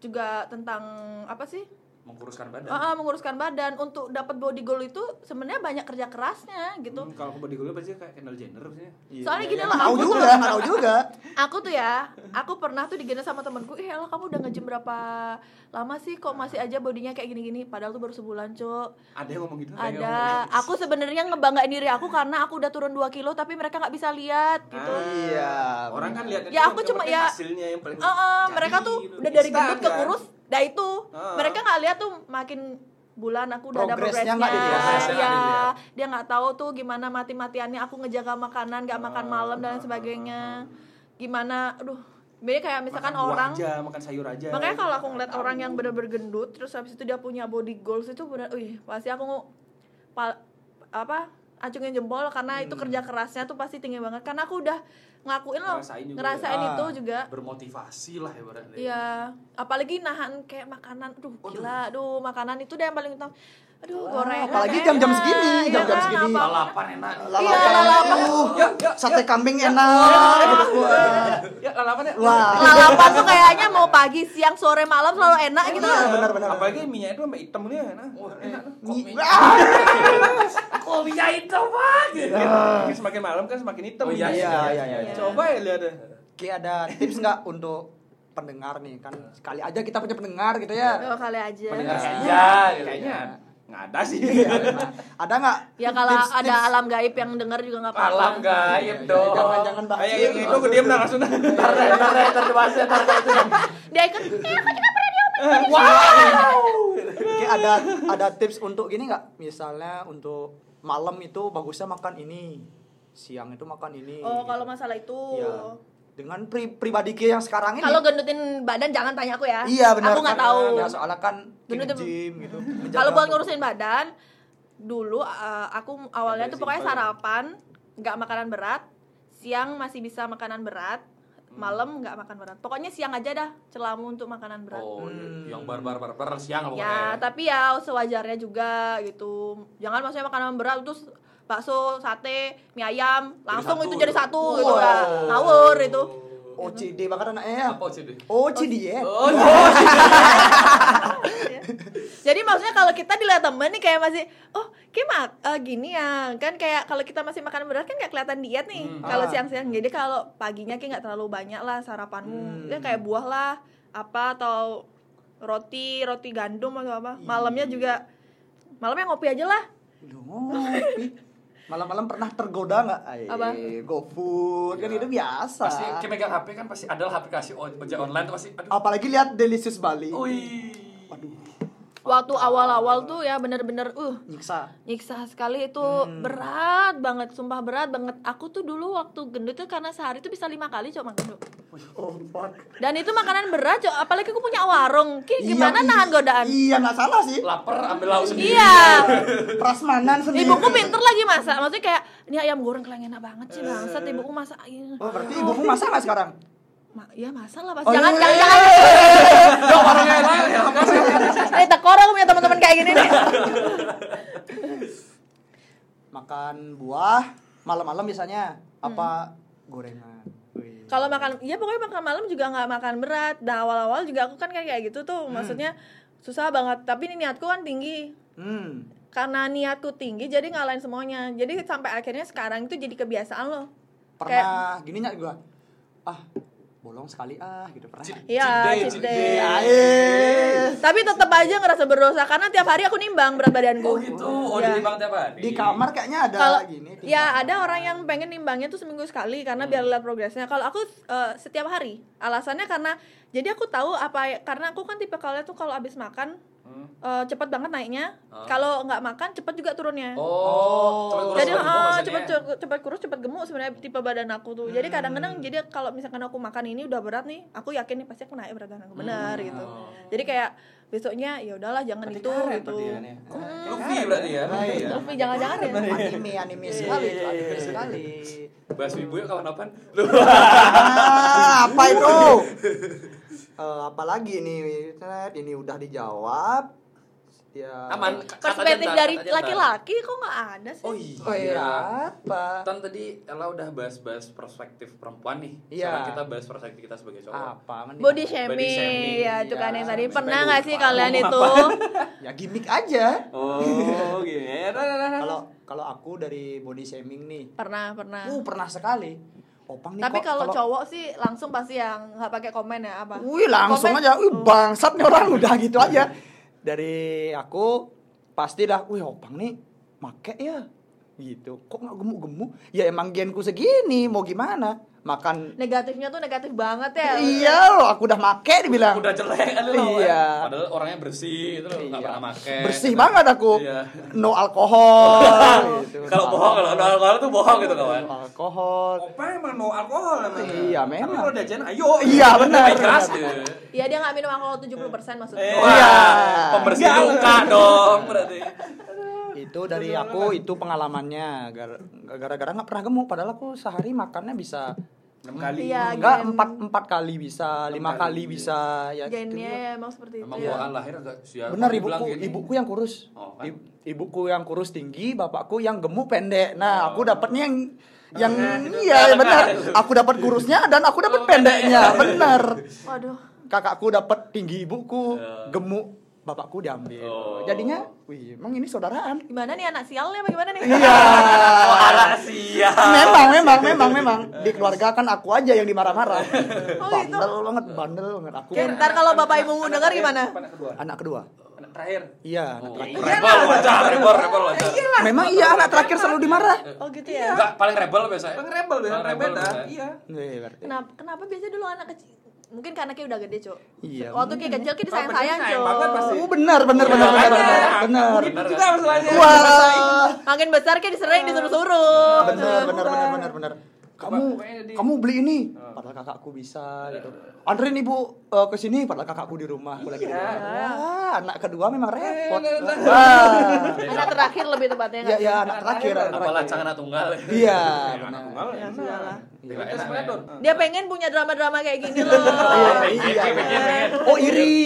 S1: juga tentang apa sih?
S2: menguruskan badan
S1: Ah, ah, menguruskan badan untuk dapat body goal itu sebenarnya banyak kerja kerasnya gitu.
S4: Hmm, iya. Kalau aku body gue pasti kayak Kendall Jenner sih.
S1: Soalnya gini loh,
S3: tahu
S1: aku tuh-
S3: juga nggak tahu juga
S1: aku tuh ya aku pernah tuh digini sama temenku eh elah kamu udah nge-gym berapa lama sih kok masih aja bodinya kayak gini-gini padahal tuh baru sebulan cuk
S4: Ada yang ngomong gitu?
S1: ada aku sebenarnya ngebanggain diri aku karena aku udah turun 2 kilo tapi mereka nggak bisa lihat gitu
S4: Ah,
S3: iya
S4: Orang kan lihat
S1: Ya, aku cuma ya-
S4: hasilnya yang
S1: Eh, eh,
S4: paling. jadi
S1: mereka tuh
S4: gitu.
S1: udah dari
S4: Instan,
S1: gendut ke
S4: kan?
S1: kurus dah itu
S4: Ah.
S1: mereka nggak lihat tuh makin bulan aku udah ada
S3: Progresnya
S1: progresnya
S3: nggak
S2: dilihat.
S1: ya dia nggak tahu tuh gimana mati matiannya aku ngejaga makanan nggak makan
S4: Ah,
S1: malam dan sebagainya gimana aduh Beda kayak misalkan
S4: Makan buah
S1: orang
S4: aja, makan sayur
S3: Iya,
S4: aja.
S1: Makanya kalau aku ngeliat orang yang bener-bener gendut terus habis itu dia punya body goals itu bener, wih pasti aku ngu- pal- apa acungin jempol
S3: Hmm.
S1: karena itu kerja kerasnya tuh pasti tinggi banget karena aku udah ngelakuin loh
S4: Ngerasain juga
S1: ngerasain
S3: ya.
S1: itu juga
S2: bermotivasi lah ibaratnya
S1: Iya, apalagi nahan kayak makanan, aduh gila, aduh makanan itu deh yang paling utama. Aduh gorengan.
S3: Ah, apalagi jam-jam
S1: enak,
S3: segini,
S1: iya
S3: jam-jam
S1: kan,
S3: segini.
S1: apa-
S2: lalapan enak
S1: Iya,
S3: Lalapan, aduh, sate kambing enak gitu.
S4: Ya, lalapan ya.
S1: Iya.
S3: wah
S1: Lalapan tuh kayaknya mau pagi, siang, sore, malam selalu enak gitu.
S3: Iya, benar, benar,
S4: Apalagi minyak itu sama hitam dia. Nah,
S2: Wah,
S4: enak.
S2: enak. Kopinya- Kopinya itu pak gitu.
S4: semakin, semakin malam kan semakin hitam.
S2: Oh, iya,
S3: iya, iya, iya,
S1: iya.
S4: Coba ya lihat deh.
S3: Ki ada tips nggak untuk pendengar nih kan sekali aja kita punya pendengar gitu ya.
S1: Dua kali aja.
S2: Pendengar
S4: Kayaknya,
S2: saja, gitu.
S4: kayaknya nggak ada sih.
S3: Iya, nah, ada nggak?
S1: Ya kalau
S3: tips-
S1: ada
S3: tips? Nah,
S1: alam gaib yang denger juga nggak apa-apa.
S2: Alam gaib dong.
S3: Jangan- jangan bahas
S4: Kayak
S3: itu.
S4: itu gue diam dah langsung.
S2: Ntar deh, ntar deh, ntar dibahas deh, ntar deh.
S1: Dia ikut. "Eh, apa kita pernah diomongin?"
S3: Ki ada ada tips untuk gini nggak? Misalnya untuk malam itu bagusnya makan ini, siang itu makan ini.
S1: Oh kalau masalah itu.
S3: Iya. Dengan pri- pribadi Ki yang sekarang ini.
S1: Kalau gendutin badan jangan tanya aku ya.
S3: Iya benar.
S1: Aku nggak
S3: karena-
S1: tahu.
S3: Ya, soalnya kan Ki
S1: Bener, bener.
S3: nge-gym gitu. menjaga
S1: Kalau buat
S3: tubuh.
S1: ngurusin badan, dulu uh, aku awalnya tuh pokoknya sarapan nggak makanan berat, siang masih bisa makanan berat, malam nggak makan berat. Pokoknya siang aja dah celamu untuk makanan berat.
S2: Oh,
S3: Hmm.
S2: yang barbar barbar siang
S1: ya, tapi ya sewajarnya juga gitu. Jangan maksudnya makanan berat terus bakso, sate, mie ayam, langsung
S2: satu,
S1: itu jadi
S2: gitu.
S1: satu gitu lah. Ngawur gitu. itu.
S3: OCD banget anaknya ya.
S2: Apa sih deh?
S3: OCD ya.
S2: Oh,
S1: Iya. Jadi maksudnya kalau kita dilihat temen nih kayak masih oh kayak mak eh, gini ya kan kayak kalau kita masih makan berat kan nggak kelihatan diet nih
S2: Hmm.
S1: kalau
S3: Ah.
S1: siang-siang jadi kalau paginya kayak nggak terlalu banyak lah
S3: Hmm.
S1: sarapanmu ya kayak buah lah apa atau roti roti gandum atau apa malamnya juga malamnya ngopi aja lah
S3: Loh, ngopi. Malam-malam pernah tergoda nggak? Ay,
S1: Apa?
S3: GoFood kan
S2: Iya.
S3: itu biasa.
S2: pasti kayak megang HP kan pasti ada lah aplikasi o- ojek online tuh pasti aduh.
S3: Apalagi lihat Delicious Bali.
S2: Oh, Wih.
S3: Waduh,
S1: waktu awal-awal tuh ya bener-bener uh
S3: nyiksa.
S1: nyiksa sekali itu
S3: Hmm.
S1: berat banget sumpah berat banget aku tuh dulu waktu gendut tuh karena sehari tuh bisa lima kali cuma gendut
S3: Oh, fuck.
S1: Dan itu makanan berat, Cok. apalagi aku punya warung. Ki, gimana
S3: Iya,
S1: nahan
S3: ih,
S1: godaan?
S3: Iya, nggak salah sih.
S2: Lapar ambil lauk sendiri.
S1: Iya.
S3: Prasmanan sendiri.
S1: Ibuku pinter lagi masak. Maksudnya kayak ini ayam goreng kelang enak banget sih bangsat ibuku masak. Iya.
S3: Oh, berarti ibumu masak nggak sekarang?
S1: Ma- ya masak lah pasti.
S3: Oh,
S1: jangan,
S3: iya,
S1: jangan,
S3: iya,
S1: jangan,
S2: Dong, orangnya lain ya. makasih.
S1: Eh, tekor aku punya teman-teman kayak gini nih.
S3: Makan buah malam-malam biasanya apa gorengan.
S1: Hmm.
S3: Wih.
S1: Kalau makan, ya pokoknya makan malam juga nggak makan berat. Nah awal-awal juga aku kan kayak gitu
S2: Hmm.
S1: tuh. Maksudnya susah banget. Tapi ini niatku kan tinggi.
S3: hmm.
S1: Karena niatku tinggi, jadi ngalahin semuanya. Jadi sampai akhirnya sekarang itu jadi kebiasaan loh.
S3: Pernah gini nggak gua? Ah, bolong sekali ah gitu pernah. nggak? Ya,
S1: Iya,
S2: Cheat day,
S1: cheat
S2: cheat
S1: day.
S2: day.
S3: Eh,
S1: tapi tetap aja ngerasa berdosa karena tiap hari aku nimbang berat badanku.
S2: Oh gitu. Oh,
S1: Ya.
S2: jadi bang tiap hari.
S3: Iya. Di kamar kayaknya ada
S1: Kalau
S3: gini. tinggal.
S1: ya ada orang yang pengen nimbangnya tuh seminggu sekali karena biar
S2: Hmm.
S1: lihat progresnya. Kalau aku eh, setiap hari. Alasannya karena jadi aku tahu apa karena aku kan tipe kalau tuh kalau abis makan
S2: Hmm.
S1: eh, cepet banget naiknya.
S2: Ah.
S1: Kalau nggak makan cepet juga turunnya.
S2: Oh, cepet kurus
S1: Jadi
S2: cepet gemuk
S1: ah,
S2: maksudnya. Hmm.
S1: cepet cepet cepet kurus cepet gemuk sebenarnya tipe badan aku tuh. Jadi kadang-kadang jadi kalau misalkan aku makan ini udah berat nih, aku yakin nih pasti aku naik berat badan aku benar
S2: Hmm.
S1: gitu.
S2: Oh.
S1: Jadi kayak besoknya ya udahlah jangan
S5: Berarti
S1: itu
S5: karet
S1: gitu.
S5: berarti ya, Nia?
S2: Luffy berarti ya.
S3: Nah, iya.
S1: Tapi jangan-jangan ya.
S3: anime anime sekali itu anime sekali
S2: Bahas ibu ya kapan-kapan. Lu
S3: ah apa itu Eh, apalagi ini Tet, ini udah dijawab ya
S2: aman. Kata
S1: Perspektif
S2: dia ntar,
S1: dari
S2: kata dia ntar.
S1: laki-laki kok nggak ada sih?
S2: Oh
S3: oh iya apa
S2: Tan tadi Ella udah bahas-bahas perspektif perempuan nih.
S3: Iya.
S2: Sekarang kita bahas perspektif kita sebagai cowok.
S3: apa mending
S1: Body
S3: apa?
S1: shaming,
S2: Body shaming,
S1: ya itu kan
S3: iya.
S1: yang tadi
S2: Sampai
S1: pernah nggak
S2: lupa.
S1: sih kalian
S2: Lupa.
S1: itu?
S3: ya gimmick aja
S4: Oh, gitu.
S3: kalau kalau aku dari body shaming nih
S1: pernah pernah.
S3: uh pernah sekali opang nih
S1: Tapi
S3: kok-
S1: kalau cowok sih langsung pasti yang nggak pakai komen ya apa?
S3: Wih langsung
S1: Komen-
S3: aja, wih bangsat nih orang udah gitu aja. Oh. Dari aku pastilah, wih opang nih make ya gitu. Kok nggak gemuk-gemuk? Ya emang genku segini, mau gimana? Makan
S1: Negatifnya tuh negatif banget ya.
S3: Iya loh, aku udah make dibilang.
S2: Udah jelek kan lu.
S3: Iya.
S2: Padahal orangnya bersih itu loh, enggak
S3: Iya.
S2: pernah make.
S3: Bersih banget aku.
S2: Iya.
S3: No alkohol gitu.
S2: Kalau bohong kalau kalau kalau tuh bohong gitu kawan.
S3: No alkohol.
S4: Opa emang no alkohol emang.
S3: Iya,
S4: Tapi
S3: memang.
S4: Kalau diajarin ayo.
S3: Iya benar.
S2: Tapi keras gitu. deh.
S1: Iya dia nggak minum alkohol 70% maksudnya.
S4: Eh.
S2: Wah,
S3: Iya.
S2: Pembersih luka dong berarti.
S3: itu dari aku itu pengalamannya Gar- gara-gara nggak pernah gemuk padahal aku sehari makannya bisa
S4: Enam kali.
S1: Iya.
S3: Enggak
S1: gen.
S3: empat empat kali bisa, lima
S4: kali,
S3: kali bisa ya. gitu.
S1: Gennya emang seperti itu.
S2: Emang
S1: ya.
S3: kan.
S2: bawaan lahir agak sial.
S3: Bener
S2: Kamu bilang
S3: ibuku,
S2: gini.
S3: ibuku yang kurus.
S2: Oh, kan.
S3: I- ibuku yang kurus tinggi, bapakku yang gemuk pendek.
S2: Oh.
S3: Nah, aku dapatnya yang yang
S2: Eh,
S3: iya benar. Aku dapat kurusnya dan aku dapat
S2: Oh.
S3: pendeknya. Bener.
S1: Waduh.
S3: Kakakku dapat tinggi ibuku,
S2: Ya.
S3: gemuk bapakku diambil.
S2: Oh.
S3: Jadinya Wih, emang ini saudaraan?
S1: Gimana nih anak sialnya apa gimana nih?
S3: Iya.
S4: Rahasia.
S3: Memang, memang, memang, memang. Di keluarga kan aku aja yang dimarah-marah.
S1: Oh, gitu.
S3: bandel banget, bandel banget aku. kan
S1: Oke, ntar kalau bapak ibu dengar gimana?
S3: Iya.
S2: Anak kedua.
S3: Anak kedua.
S2: Anak terakhir.
S3: Iya. anak
S2: Oh,
S3: terakhir.
S2: rebel wajar, rebel, rebel wajar.
S3: Memang iya anak terakhir selalu dimarah.
S1: Oh gitu ya.
S2: Enggak, paling rebel biasanya.
S4: Bang Kan rebel dengan
S2: Paling
S4: rebel dah.
S2: biasanya.
S4: Iya.
S3: Iya, berarti.
S1: Kenapa kenapa biasanya dulu anak kecil mungkin karena kayak udah gede, Cok.
S3: Iya,
S1: Waktu kayak kecil kayak disayang sayang,
S4: Kalau
S1: Cok.
S4: bener sayang banget pasti.
S3: Oh, benar, benar, benar, benar,
S2: Iya.
S3: benar, benar.
S4: Itu juga masalahnya.
S3: Wah.
S1: Makin besar kayak disering disuruh-suruh.
S3: Iya. Nah. Benar, benar,
S4: Udah.
S3: benar, Oh. benar, benar. Kamu
S2: pokoknya di-
S3: kamu beli ini, padahal kakakku bisa gitu. Anterin ibu eh, ke sini padahal kakakku di rumah, aku lagi di rumah. Wah, anak kedua memang repot. Wah.
S1: Anak terakhir lebih tepatnya
S3: Ya,
S1: nggak
S3: ya
S1: sih?
S3: anak terakhir. anak
S2: Apa
S3: terakhir.
S2: lacangan anak tunggal.
S3: Iya,
S2: anak
S3: benar.
S2: tunggal.
S4: Ya,
S2: ya.
S4: salah.
S2: Nggak
S4: Itu
S2: enak,
S4: sebenarnya,
S2: ya.
S4: Don.
S1: Dia pengen punya drama-drama kayak gini loh.
S3: Iya,
S2: pengen,
S3: iya.
S2: pengen, pengen.
S3: Oh, iri.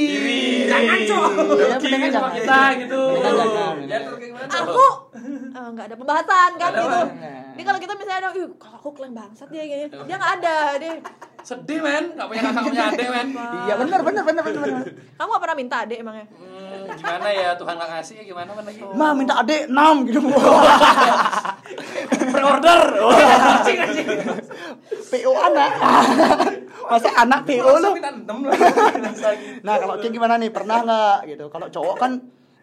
S4: Jangan, Cok.
S3: Iya,
S2: Dengki
S3: pendengar
S2: sama
S3: jangan.
S2: kita gitu.
S3: Pendengar jangan.
S2: Ya, terus kayak gimana?
S1: aku eh, nggak ada pembahasan kan
S2: Nggak ada
S1: gitu.
S3: pembahasan.
S1: Ini kalau kita misalnya ada, "Ih, kalau aku kalian bangsat dia gini, dia nggak ada deh.
S2: Sedih, men. Enggak punya kakak, punya adik, men.
S3: Iya, benar, benar, benar, benar, benar.
S1: Kamu nggak pernah minta adek emangnya?
S2: Hmm, gimana ya Tuhan nggak ngasih ya gimana men lagi?
S3: Ma Nah, minta adek 6 gitu.
S2: Pre-order.
S4: Anjing, anjing.
S3: PO anak. eh. Masa anak PO
S4: Langsung
S3: lu?
S4: minta enam lagi.
S3: Nah, kalau Kim gimana nih? Pernah nggak gitu? Kalau cowok kan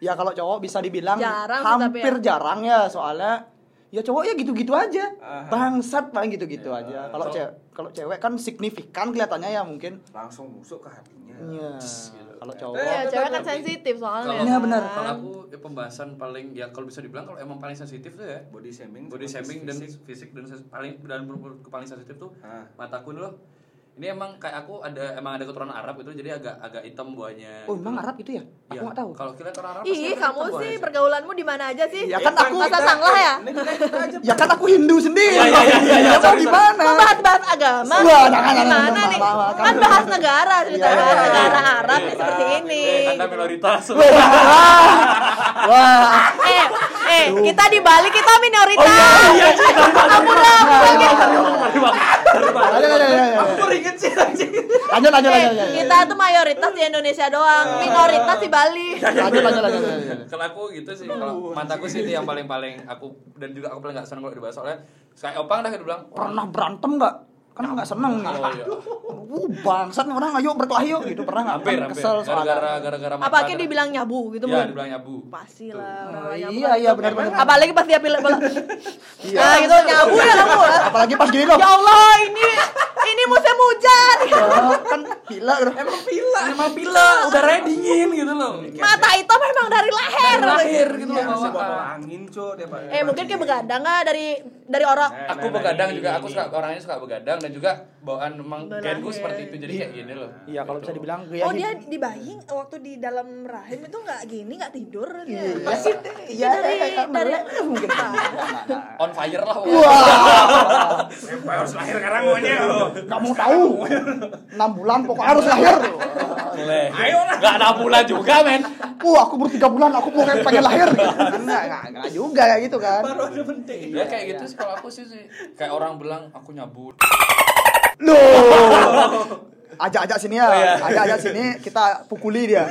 S3: ya kalau cowok bisa dibilang
S1: Jarang sih,
S3: hampir
S1: tapi
S3: jarang ya soalnya ya cowok ya gitu-gitu aja.
S4: Aha.
S3: Bangsat paling gitu-gitu
S2: Ya,
S3: aja. Kalau
S2: kalau-
S3: cewek kalau cewek kan signifikan kelihatannya ya mungkin.
S4: Langsung busuk ke hatinya.
S3: Iya.
S2: gitu.
S3: Kalau
S4: Eh,
S3: cowok
S1: Ya, cewek kan sensitif soalnya.
S2: Kalau-
S3: Iya, benar.
S1: kan?
S2: Kalau aku ya, pembahasan paling ya kalau bisa dibilang kalau emang paling sensitif tuh ya
S4: Body shaming.
S2: body
S4: sama
S2: shaming dan
S4: fisik.
S2: fisik dan ses- paling dan menurutku paling sensitif tuh
S4: Ah.
S2: mataku dulu ini emang kayak aku ada emang ada keturunan Arab gitu jadi agak agak hitam buahnya Iya.
S3: Oh, emang Arab gitu ya? Aku nggak tahu.
S2: kalau kita keturunan Arab pasti
S1: Ih,
S2: agak
S1: kamu
S2: hitam
S1: sih
S2: buahnya.
S1: pergaulanmu di mana aja sih?
S3: Ya kan aku
S1: Masa sanglah ya?
S4: Ini kita kita aja.
S3: Ya kan aku Hindu sendiri.
S2: Iya, iya, iya, iya,
S3: Ya mau
S2: sorry, sorry.
S3: gimana?
S1: Membahas-bahas agama.
S3: Wah, nah, jangan, jangan,
S1: Gimana
S3: jangan,
S1: nih?
S3: maaf, maaf,
S1: Kan
S3: maaf.
S1: bahas negara, cerita
S3: nah, Iya,
S1: bahas
S3: iya, iya.
S1: negara Arab nih seperti ini.
S2: Eh, anda minoritas
S3: Wah,
S1: Eh, eh, kita di Bali kita
S3: Oh, iya,
S1: minoritas.
S3: Nah, ada ada ada.
S4: Aku baru inget sih anjing.
S3: Lanjut lanjut
S1: Eh,
S3: lanjut. Iya. lanjut.
S1: kita tuh mayoritas di Indonesia doang, minoritas di Bali.
S3: Lanjut lanjut lanjut. lanjut.
S2: kalau aku gitu sih kalau mataku sih itu yang paling paling aku dan juga aku paling nggak seneng kalau dibahas soalnya kayak opang dah dibilang
S3: Pernah berantem nggak? Kan nggak seneng nih.
S2: oh, iya.
S3: Uh, bangsat nih orang ayo berkelahi yuk gitu pernah nggak?
S2: hampir
S3: Kan
S2: hampir
S3: kesel soalnya.
S2: gara-gara gara-gara mata
S1: Apa kayak
S2: ada-
S1: dibilang nyabu gitu
S2: Iya,
S1: bukan?
S2: dibilang nyabu
S1: Pasti
S2: Gitu.
S1: lah.
S3: iya. Oh,
S1: orang nyabu
S3: iya,
S1: kan.
S3: iya, benar, benar.
S1: Apalagi pas dia pilih bola.
S3: Iya.
S1: Nah, gitu nyabu ya kamu. ya.
S3: Apalagi pas gini dong.
S1: Ya Allah, ini ini musim hujan.
S3: Ah, kan gila udah.
S4: Emang pila.
S2: emang pila udaranya dingin gitu loh
S1: Mata hitam memang dari lahir.
S2: lahir gitu loh
S4: Iya, masih bawa
S2: bawaan
S4: angin, Cok, dia Pak.
S1: Eh, mungkin kayak begadang nggak dari dari orang.
S4: Nah,
S2: aku
S4: nah,
S2: begadang
S4: ini,
S2: juga aku
S4: ini.
S2: suka orangnya suka begadang dan juga bawaan emang
S1: Berlahir.
S2: genku seperti itu jadi kayak gini loh Gitu.
S3: Iya kalau bisa dibilang gaya
S1: Oh dia
S3: hidup.
S1: di bayi waktu di dalam rahim itu nggak gini nggak tidur dia.
S3: Pasti iya
S1: dari-
S3: kayak
S1: dari- Ah,
S3: melek mungkin.
S2: on fire lah pokoknya.
S3: Wah,
S4: Empire harus lahir sekarang maunya.
S3: nggak mau tahu. 6 bulan pokoknya harus lahir.
S2: boleh nggak ada pula juga men
S3: Wah, aku baru 3 bulan aku mau kayak pengen lahir. Enggak, enggak, enggak juga kayak gitu kan.
S4: Baru ada penting.
S2: ya kayak
S3: iya.
S2: gitu sih kalau aku sih sih. kayak orang bilang aku nyabu
S3: Loh. Ajak-ajak sini ya. Ajak-ajak sini kita pukuli dia.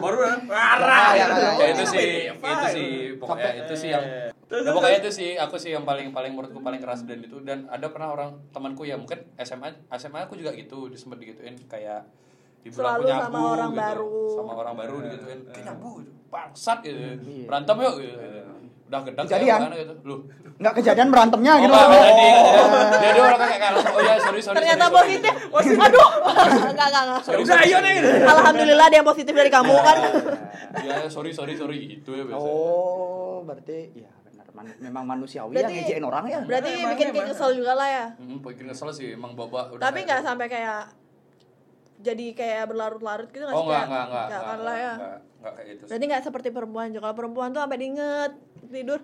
S4: Baru ya.
S1: Ah,
S4: Parah.
S1: iya,
S3: Ya, ya, ya.
S2: ya itu sih itu sih pokoknya itu sih yang Nah, pokoknya itu sih aku sih yang paling paling menurutku paling keras dan itu dan ada pernah orang temanku ya mungkin SMA SMA aku juga gitu disempet digituin kayak
S1: Selalu
S2: dibilang aku gitu.
S1: sama orang baru.
S2: sama orang baru digituin kayak nyabu gitu. bangsat gitu berantem yuk gitu. udah gedek
S3: Jadi
S2: ya
S3: ya.
S2: makanya gitu loh
S3: Enggak kejadian berantemnya
S2: oh,
S3: gitu.
S2: nggak, nggak jadi nggak jadi. dia dia orang kayak kayak langsung, oh ya sorry sorry
S1: Ternyata
S2: sorry, sorry."
S1: positif. Aduh, nggak nggak nggak.
S2: sorry sorry
S4: ayo nih.
S1: Alhamdulillah ada yang positif dari kamu kan.
S2: ya sorry sorry sorry gitu ya biasanya
S3: Oh, berarti ya benar Man- memang manusiawi ya
S1: Berarti-
S3: ngejekin orang ya.
S1: Berarti
S4: Emang-
S1: bikin kayak
S4: emang.
S1: kesel juga lah ya.
S2: hmm, bikin kesel sih emang bawa
S1: Tapi
S2: udah kayak- gitu.
S1: nggak sampai kayak jadi kayak berlarut-larut gitu nggak
S2: oh
S1: sih?
S2: nggak
S1: Kayak-
S2: nggak nggak
S1: nggak
S2: nggak
S1: kan lah ya.
S2: nggak, nggak kayak gitu sih.
S1: Berarti nggak seperti perempuan juga. Kalau perempuan tuh sampai diinget tidur.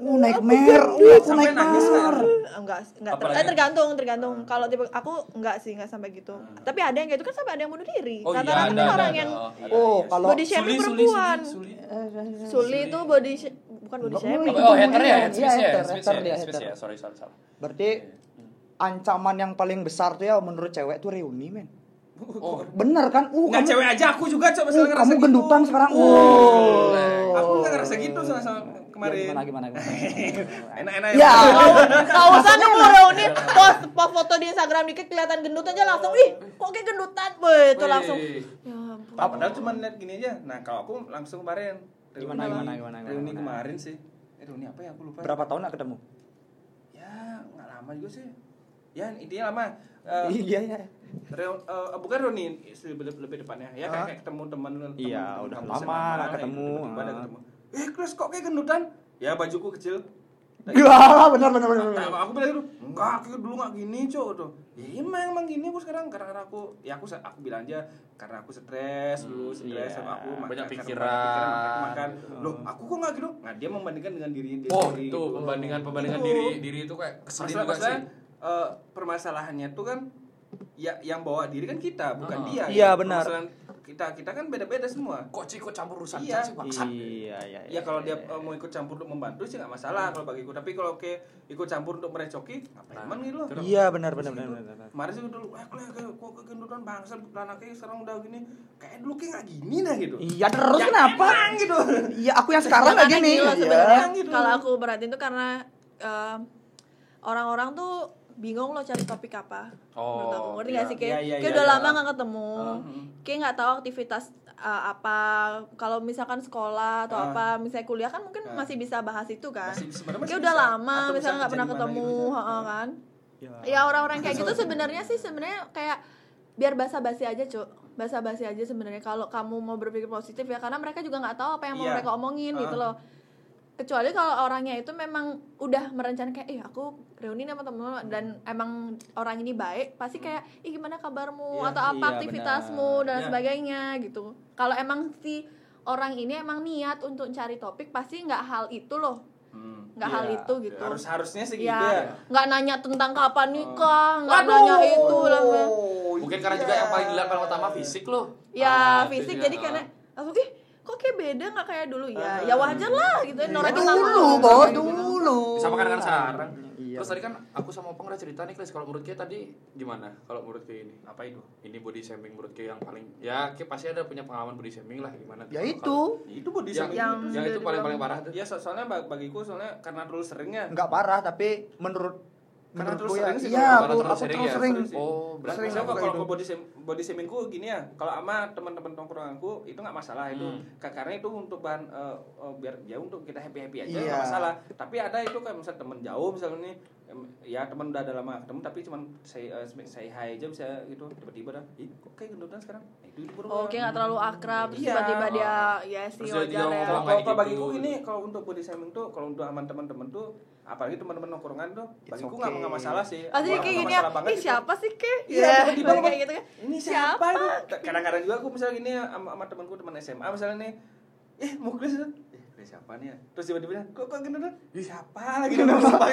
S3: Oh, nightmare.
S1: Iya,
S3: Oh, aku
S4: Sampai nangis kan.
S3: nightmare.
S1: Enggak, enggak. Ter-
S2: Apalagi-
S1: eh, tergantung, tergantung. Kalau tipe aku enggak sih, enggak sampai gitu. Tapi ada yang kayak itu kan sampai ada yang bunuh diri.
S2: Hmm. Oh iya,
S1: Rata-rata
S2: ada,
S1: kan
S2: ada,
S1: orang
S2: ada.
S1: yang
S2: Oh, ada.
S3: Oh, kalau
S1: body shaming
S2: Suli, Suli,
S1: perempuan.
S2: Suli, Suli.
S1: Suli itu body sh- bukan body
S3: Nggak
S1: shaming.
S3: boleh.
S2: Oh, hater ya, hate
S3: Iya,
S2: speech ya,
S3: hater,
S2: hate speech
S3: hater
S2: ya,
S3: dia,
S2: hate speech
S3: hater.
S2: ya. Sorry, sorry, sorry.
S3: berarti ancaman yang paling besar tuh ya menurut cewek tuh reuni, men.
S2: Oh,
S3: Bener kan? Uh, kamu,
S4: Nggak Nah, cewek aja aku juga coba
S3: uh, kamu gendutan sekarang. Oh. Uh.
S4: Aku nggak ngerasa gitu sama sama kemarin.
S3: Gimana gimana gimana.
S4: Enak-enak
S3: Ya.
S1: Gak usah nunggu reunian Post, post foto di Instagram dikit kelihatan gendut aja langsung Ih kok kayak gendutan Weh itu langsung
S2: Wih.
S1: Ya ampun
S4: Ah, Padahal cuma lihat gini aja. Nah, kalau aku langsung kemarin.
S3: Gimana,
S4: Reuni-
S3: gimana, gimana, gimana,
S4: Reuni
S3: gimana.
S4: kemarin sih. Eh, reuni apa ya aku lupa.
S3: Berapa tahun gak ketemu?
S4: Ya, nggak lama juga sih. Ya, intinya lama. Eh,
S3: Iya iya.
S4: Reu- eh, bukan reuni se- lebih, lebih depannya ya kayak,
S3: Ah.
S4: kayak ketemu teman lu- teman
S3: Iya,
S4: teman
S3: udah
S4: kampus
S3: lama
S4: yang
S3: nggak
S4: lama,
S3: ketemu.
S4: eh, tiba-tiba ada
S3: Ah.
S4: ketemu eh Chris kok kayak gendutan ya bajuku kecil
S3: Gila, bener bener bener.
S2: Hmm.
S3: bener.
S4: Nah, aku bilang gitu enggak aku dulu nggak gini cok tuh ya emang emang gini aku sekarang karena karena aku ya aku se- aku bilang aja karena aku stres dulu
S3: iya.
S4: stres sama aku
S2: Hmm, Banyak
S4: makanya karena
S2: pikiran. Hmm.
S4: banyak pikiran, makanya aku makan loh aku kok nggak gitu nah dia membandingkan dengan dirinya dia
S2: Oh,
S4: sendiri
S2: itu
S4: gitu.
S2: pembandingan pembandingan
S4: Itu.
S2: diri diri itu kayak keselin
S4: Masalah,
S2: juga sih.
S4: masalah eh, permasalahannya tuh kan ya yang bawa diri kan kita bukan
S2: Ah.
S4: dia.
S3: Iya,
S4: ya.
S3: benar.
S4: Permasalahan kita kita kan beda-beda semua.
S2: Kok Ciko campur urusan
S4: Iya.
S2: sih bangsat.
S3: Iya iya.
S4: Ya kalau dia eh, mau ikut campur untuk membantu sih nggak masalah kalau bagiku. Tapi kalau ke ikut campur untuk merecoki, apa
S2: Hmm. Nah,
S4: emang gitu loh.
S2: terus.
S3: Iya benar benar benar benar. benar.
S4: Kemarin sih dulu, eh kok kayak kok kegendutan bangsa, anaknya sekarang udah gini, kayak dulu kayak nggak gini dah gitu.
S3: Iya terus
S4: Ya,
S3: kenapa?
S4: emang gitu.
S3: Iya aku yang sekarang lagi
S1: Makanya
S3: nih.
S1: gila
S3: Iya.
S1: sebenarnya
S4: Gitu.
S1: kalau aku berhatiin tuh karena em, orang-orang tuh bingung lo cari topik apa
S2: Oh,
S1: menurut aku ngerti
S2: iya.
S1: gak sih kayak,
S4: Iya, iya,
S1: kayak
S4: iya,
S1: udah
S4: iya.
S1: lama gak ketemu kayak nggak tahu aktivitas eh, apa kalau misalkan sekolah atau
S4: Ah.
S1: apa misalnya kuliah kan mungkin
S4: Ah.
S1: masih bisa bahas itu kan
S4: Masih- sebenarnya masih
S1: kayak udah
S4: bisa.
S1: lama
S4: Atau
S1: misalnya nggak pernah
S4: misalkan
S1: ketemu
S4: jadi mana gitu.
S1: heeh, kan ya orang-orang kayak gitu sebenarnya sih sebenarnya kayak biar basa-basi aja cuk basa-basi aja sebenarnya kalau kamu mau berpikir positif ya karena mereka juga nggak tahu apa yang mau
S4: Iya.
S1: mereka omongin gitu
S4: Ah.
S1: loh kecuali kalau orangnya itu memang udah merencanakan kayak ih aku reuni sama temen
S4: Hmm.
S1: dan emang orang ini baik pasti kayak ih gimana kabarmu
S4: Iya,
S1: atau apa
S3: iya,
S1: aktivitasmu
S3: benar.
S1: dan
S4: Iya.
S1: sebagainya gitu kalau emang si orang ini emang niat untuk cari topik pasti nggak hal itu loh
S4: Hmm.
S1: nggak hal
S3: Iya,
S1: itu gitu
S4: Harus harusnya segitu
S1: ya
S4: ya. Hmm.
S1: nggak nanya tentang kapan nikah nggak nanya itu lah Mbak.
S3: Oh.
S2: Mungkin karena
S4: Iya.
S2: juga yang paling dilihat paling utama fisik loh.
S1: ya
S2: Ah, itu
S1: fisik
S2: dia.
S1: jadi karena aku ih kok kayak beda nggak kayak dulu ya ya wajar lah gitu ya orang
S3: Iya, Dulu bos
S1: gitu.
S3: dulu.
S2: sama kan dengan sekarang.
S3: Iya.
S2: Terus tadi kan aku sama Opang udah cerita nih, Chris. Kalau menurut Kia tadi gimana? Kalau menurut Kia ini apa itu? Ini body shaming menurut Kia yang paling ya Kia pasti ada punya pengalaman body shaming lah gimana? gitu.
S3: Ya
S2: Kalau-
S3: itu
S4: Itu body
S2: Yang,
S4: shaming
S2: yang, itu
S4: itu.
S2: paling paling parah tuh.
S4: Ya so- soalnya ba- bagiku soalnya karena terlalu seringnya.
S3: nggak parah tapi menurut
S4: Karena
S3: menurutku
S4: terus
S3: ya.
S4: sering sih,
S3: Iya
S4: kalau
S3: aku
S2: terlalu
S3: aku
S2: sering
S3: terus
S2: ya.
S3: sering.
S4: Terus sering.
S2: Oh, berarti
S3: Sering
S4: Maksudnya
S3: aku gitu.
S4: kalau kalau
S3: itu.
S4: body shame, body shamingku gini ya, kalau sama teman-teman tongkronganku itu nggak masalah itu.
S3: Hmm.
S4: Ka- Karena itu untuk bahan eh, eh, biar ya untuk kita happy happy aja
S3: Iya.
S4: nggak masalah. Tapi ada itu kayak misal teman jauh misalnya nih, em, ya teman udah ada lama nggak ketemu tapi cuman say, eh, say hi aja bisa gitu tiba-tiba dah, ih kok kayak gendutan sekarang? Nah, itu itu berubah.
S1: oke nggak terlalu akrab terus
S4: Iya.
S1: tiba-tiba dia ya sih
S2: Terus dia
S1: wajar
S2: juga
S1: ya
S2: ngomong,
S4: kalau
S2: kayak
S4: kalau kalau
S2: gitu.
S4: bagiku ini kalau untuk body shaming tuh kalau untuk aman teman-teman tuh apalagi teman-teman nongkrongan tuh
S3: It's
S4: bagiku
S3: okay.
S4: nggak nggak masalah sih
S1: pasti kayak
S4: Nggak- nggak
S1: gini ya
S4: masalah banget
S1: ih
S4: itu.
S1: siapa sih ke
S4: Iya,
S1: ya
S4: tiba-tiba
S1: kayak gitu kan
S4: ini siapa, itu kadang-kadang juga aku misalnya gini ya, sama, sama temanku teman SMA misalnya nih eh muklis eh ini siapa nih ya terus tiba-tiba bilang kok kok gini dong siapa lagi dong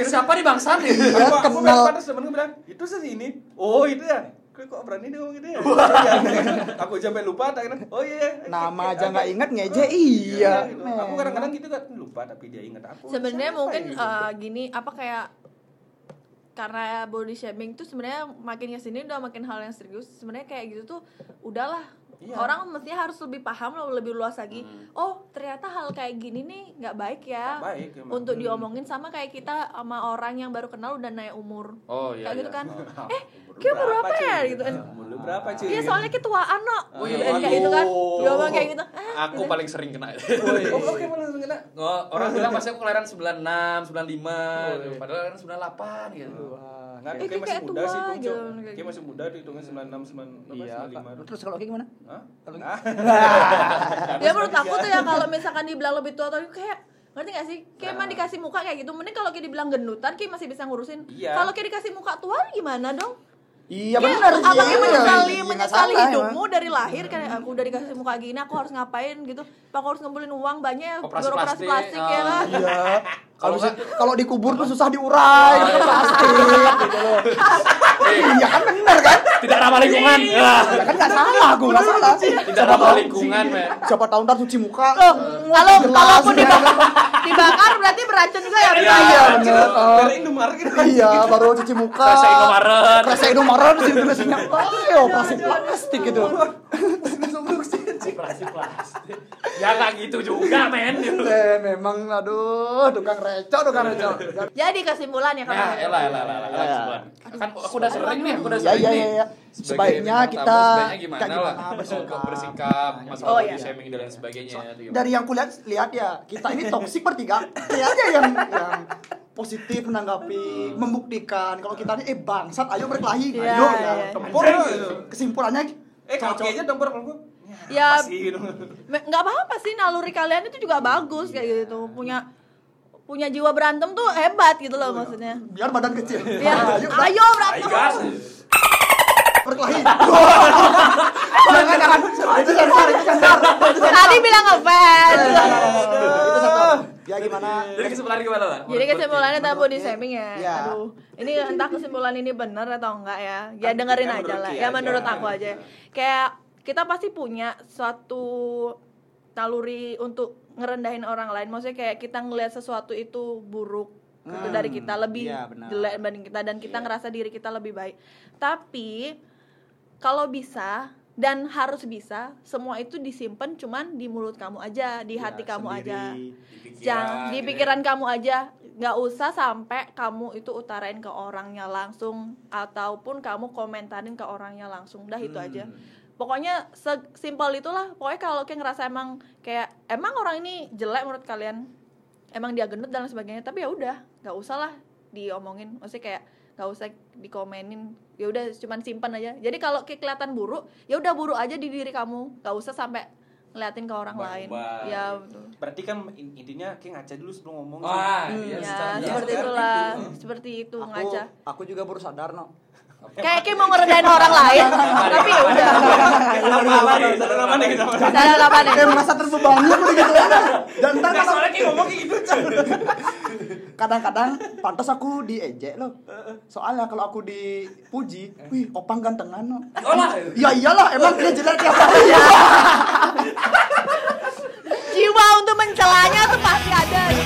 S2: Siapa nih bangsa nih?
S3: Iya,
S4: aku
S3: kenal.
S4: bilang terus temanku bilang itu sih ini oh itu ya kok kok berani dia ngomong gitu ya aku aja sampai lupa tak kira, oh iya iya.
S3: Nama
S4: Eh,
S3: aja
S4: apa-
S3: nggak ingat,
S4: kok-
S3: ngeje, iya,
S4: gitu.
S3: men.
S4: aku kadang-kadang gitu kan lupa tapi dia ingat aku
S1: sebenarnya
S4: Siapa
S1: mungkin
S4: ini?
S1: eh, gini apa kayak karena body shaming tuh sebenarnya makin kesini udah makin hal yang serius sebenarnya kayak gitu tuh udahlah
S4: Iya.
S1: orang mestinya harus lebih paham loh lebih luas lagi oh ternyata hal kayak gini nih nggak baik ya
S4: Nggak baik, emang.
S1: untuk
S4: Hmm.
S1: diomongin sama kayak kita sama orang yang baru kenal udah naik umur
S2: Oh iya.
S1: kayak gitu
S2: iya.
S1: kan
S2: Oh.
S1: eh kayak umur berapa ya
S4: cuy?
S1: gitu
S4: Umur lu berapa cuy
S1: Iya soalnya kayak tuaan no
S2: Oh, iya,
S1: Gitu, kayak
S2: waduh.
S1: gitu kan diomong kayak gitu ah,
S2: Aku
S1: gitu. iya.
S2: paling sering kena.
S4: oh, oke malah langsung kena
S2: Oh, orang bilang pasti aku kelahiran
S1: Oh,
S2: 96,
S1: iya.
S2: 95, gitu. padahal kelahiran 98 gitu.
S4: Nggak,
S1: Eh,
S4: kayak
S1: kayak
S4: masih
S1: kayak
S4: muda
S1: tua
S4: sih itu,
S1: gitu,
S4: Cok.
S1: kayak
S4: Kayak
S1: gitu.
S4: masih muda dihitungnya 96, 98,
S3: Iya.
S4: 95
S3: Terus kalau kayak gimana?
S4: Hah?
S3: Kalau- gitu.
S4: Nah.
S1: ya menurut aku tuh ya kalau misalkan dibilang lebih tua atau kayak ngerti gak sih kayak emang dikasih muka kayak gitu mending kalau kayak dibilang gendutan kayak masih bisa ngurusin
S4: Iya.
S1: kalau kayak dikasih muka tua gimana dong
S3: Iya
S1: Kayak
S3: benar.
S1: abangnya
S3: iya,
S1: menyesali
S3: iya, nggak
S1: menyesali
S3: salah,
S1: hidupmu
S3: emang.
S1: dari lahir kan aku udah dikasih muka gini aku harus ngapain gitu pak aku harus ngumpulin uang banyak ya,
S2: Operasi
S1: beroperasi
S2: plastik,
S1: plastik
S2: ah.
S1: ya lah
S3: Iya. Kalau
S2: Kalau
S3: bisa kalau dikubur tuh susah diurai.
S2: Oh, iya.
S3: Pasti. gitu loh. Iya kan benar kan?
S2: Eh. tidak ramah lingkungan
S1: Iya.
S2: Ah,
S3: Ya kan nggak salah, gue nggak salah.
S2: tidak ramah lingkungan men
S3: Siapa tahu ntar cuci muka.
S1: Loh, kalau
S3: gelas.
S1: kalaupun dibakar, dibakar berarti beracun juga ya. Pak?
S3: Iya bener.
S4: Dari
S3: eh.
S4: Indomaret gitu.
S3: Iya, baru cuci muka.
S2: Rasa Indomaret.
S3: Rasa Indomaret sih dressingnya. Iya, plastik plastik gitu.
S2: ya nggak gitu juga men
S3: Eh, memang aduh, tukang reco, tukang reco.
S1: Jadi kesimpulan ya kalau
S2: Nah, elah, elah, elah, elah,
S3: Ya.
S2: kesimpulan. Kan aku udah sering nih, aku udah
S3: Iya,
S2: sering
S3: iya,
S2: nih.
S3: iya.
S2: Sebagai
S3: Sebaiknya
S2: bintang
S3: kita
S2: tamu, sebaiknya gimana,
S3: kayak
S2: lah
S3: gimana gitu. bersikap.
S2: bersikap, bersikap masalah
S1: Oh,
S2: body
S1: iya.
S2: shaming dan lain sebagainya. gitu ya. itu gimana?
S3: Dari yang kulihat lihat ya, kita ini toksik bertiga. Kayaknya yang yang positif menanggapi,
S2: Hmm.
S3: membuktikan kalau kita ini eh bangsat, ayo berkelahi,
S1: Iya,
S3: ayo ya.
S1: iya.
S3: Tempur gitu. kesimpulannya
S4: Eh kaki aja dong kalau gua.
S1: Ya,
S4: Apa sih gitu.
S1: me- nggak apa-apa sih naluri kalian itu juga bagus kayak gitu. Punya punya jiwa berantem tuh hebat gitu loh maksudnya.
S3: biar badan kecil.
S1: Ya,
S3: Iya. Ayo,
S1: ayo
S2: Ay,
S1: berantem.
S2: gas.
S3: berkelahi. jangan, jangan. Itu sensor, itu sensor.
S1: Tadi bilang
S3: Iya.
S1: ngefans.
S3: Itu sensor. Ya gimana?
S2: Jadi kesimpulannya gimana lah?
S1: Jadi kesimpulannya tabu di shaming ya.
S3: Iya.
S1: Aduh, ini entah kesimpulan ini benar atau enggak ya. Ya
S4: Kan
S1: dengerin
S4: ya
S1: aja
S4: menurut
S1: lah.
S4: dia
S1: Ya menurut
S4: aja.
S1: aku aja.
S3: Iya.
S1: Kayak kita pasti punya suatu naluri untuk ngerendahin orang lain. Maksudnya kayak kita ngelihat sesuatu itu buruk gitu
S3: Hmm,
S1: dari kita lebih
S3: iya, benar. Iya.
S1: jelek dibanding kita dan kita ngerasa diri kita lebih baik. Tapi kalau bisa dan harus bisa semua itu disimpan cuman di mulut kamu aja, di
S3: Iya,
S1: hati kamu aja. Jangan
S2: gitu
S1: di pikiran kamu aja, nggak usah sampai kamu itu utarain ke orangnya langsung ataupun kamu komentarin ke orangnya langsung. Dah itu aja.
S2: Hmm.
S1: Pokoknya sesimpel itulah. Pokoknya kalau kayak ngerasa emang kayak emang orang ini jelek menurut kalian, emang dia gendut dan lain sebagainya, tapi ya udah, nggak usah lah diomongin. Maksudnya kayak nggak usah dikomenin ya udah cuman simpan aja jadi kalau kayak kelihatan buruk ya udah buruk aja di diri kamu nggak usah sampai ngeliatin ke orang lain
S2: Ubah-ubah
S1: ya
S2: gitu.
S4: Berarti kan in- intinya kayak ngaca dulu sebelum ngomong.
S3: Ah,
S2: Wah, iya, secara
S1: ya
S2: jelas
S1: seperti
S2: kan.
S1: itulah seperti itu
S3: Aku,
S1: ngaca
S3: aku juga baru sadar, no.
S1: kayak kayak mau ngerendahin orang lain tapi ya udah
S4: Kenapa apa? Saudara mana kita?
S1: salah apa nih
S3: Kayak merasa terbebani aku gitu. Dan ntar
S4: Nah,
S3: kadang-
S4: Kan ya? soalnya kayak ngomong kayak gitu. Chan.
S3: kadang-kadang pantas aku diejek loh. Soalnya kalau aku dipuji, wih, opang gantengan, no.
S2: Oh lah.
S3: Ya iyalah, emang dia jelek ya.
S1: jiwa untuk mencelanya tuh pasti ada
S2: Iya.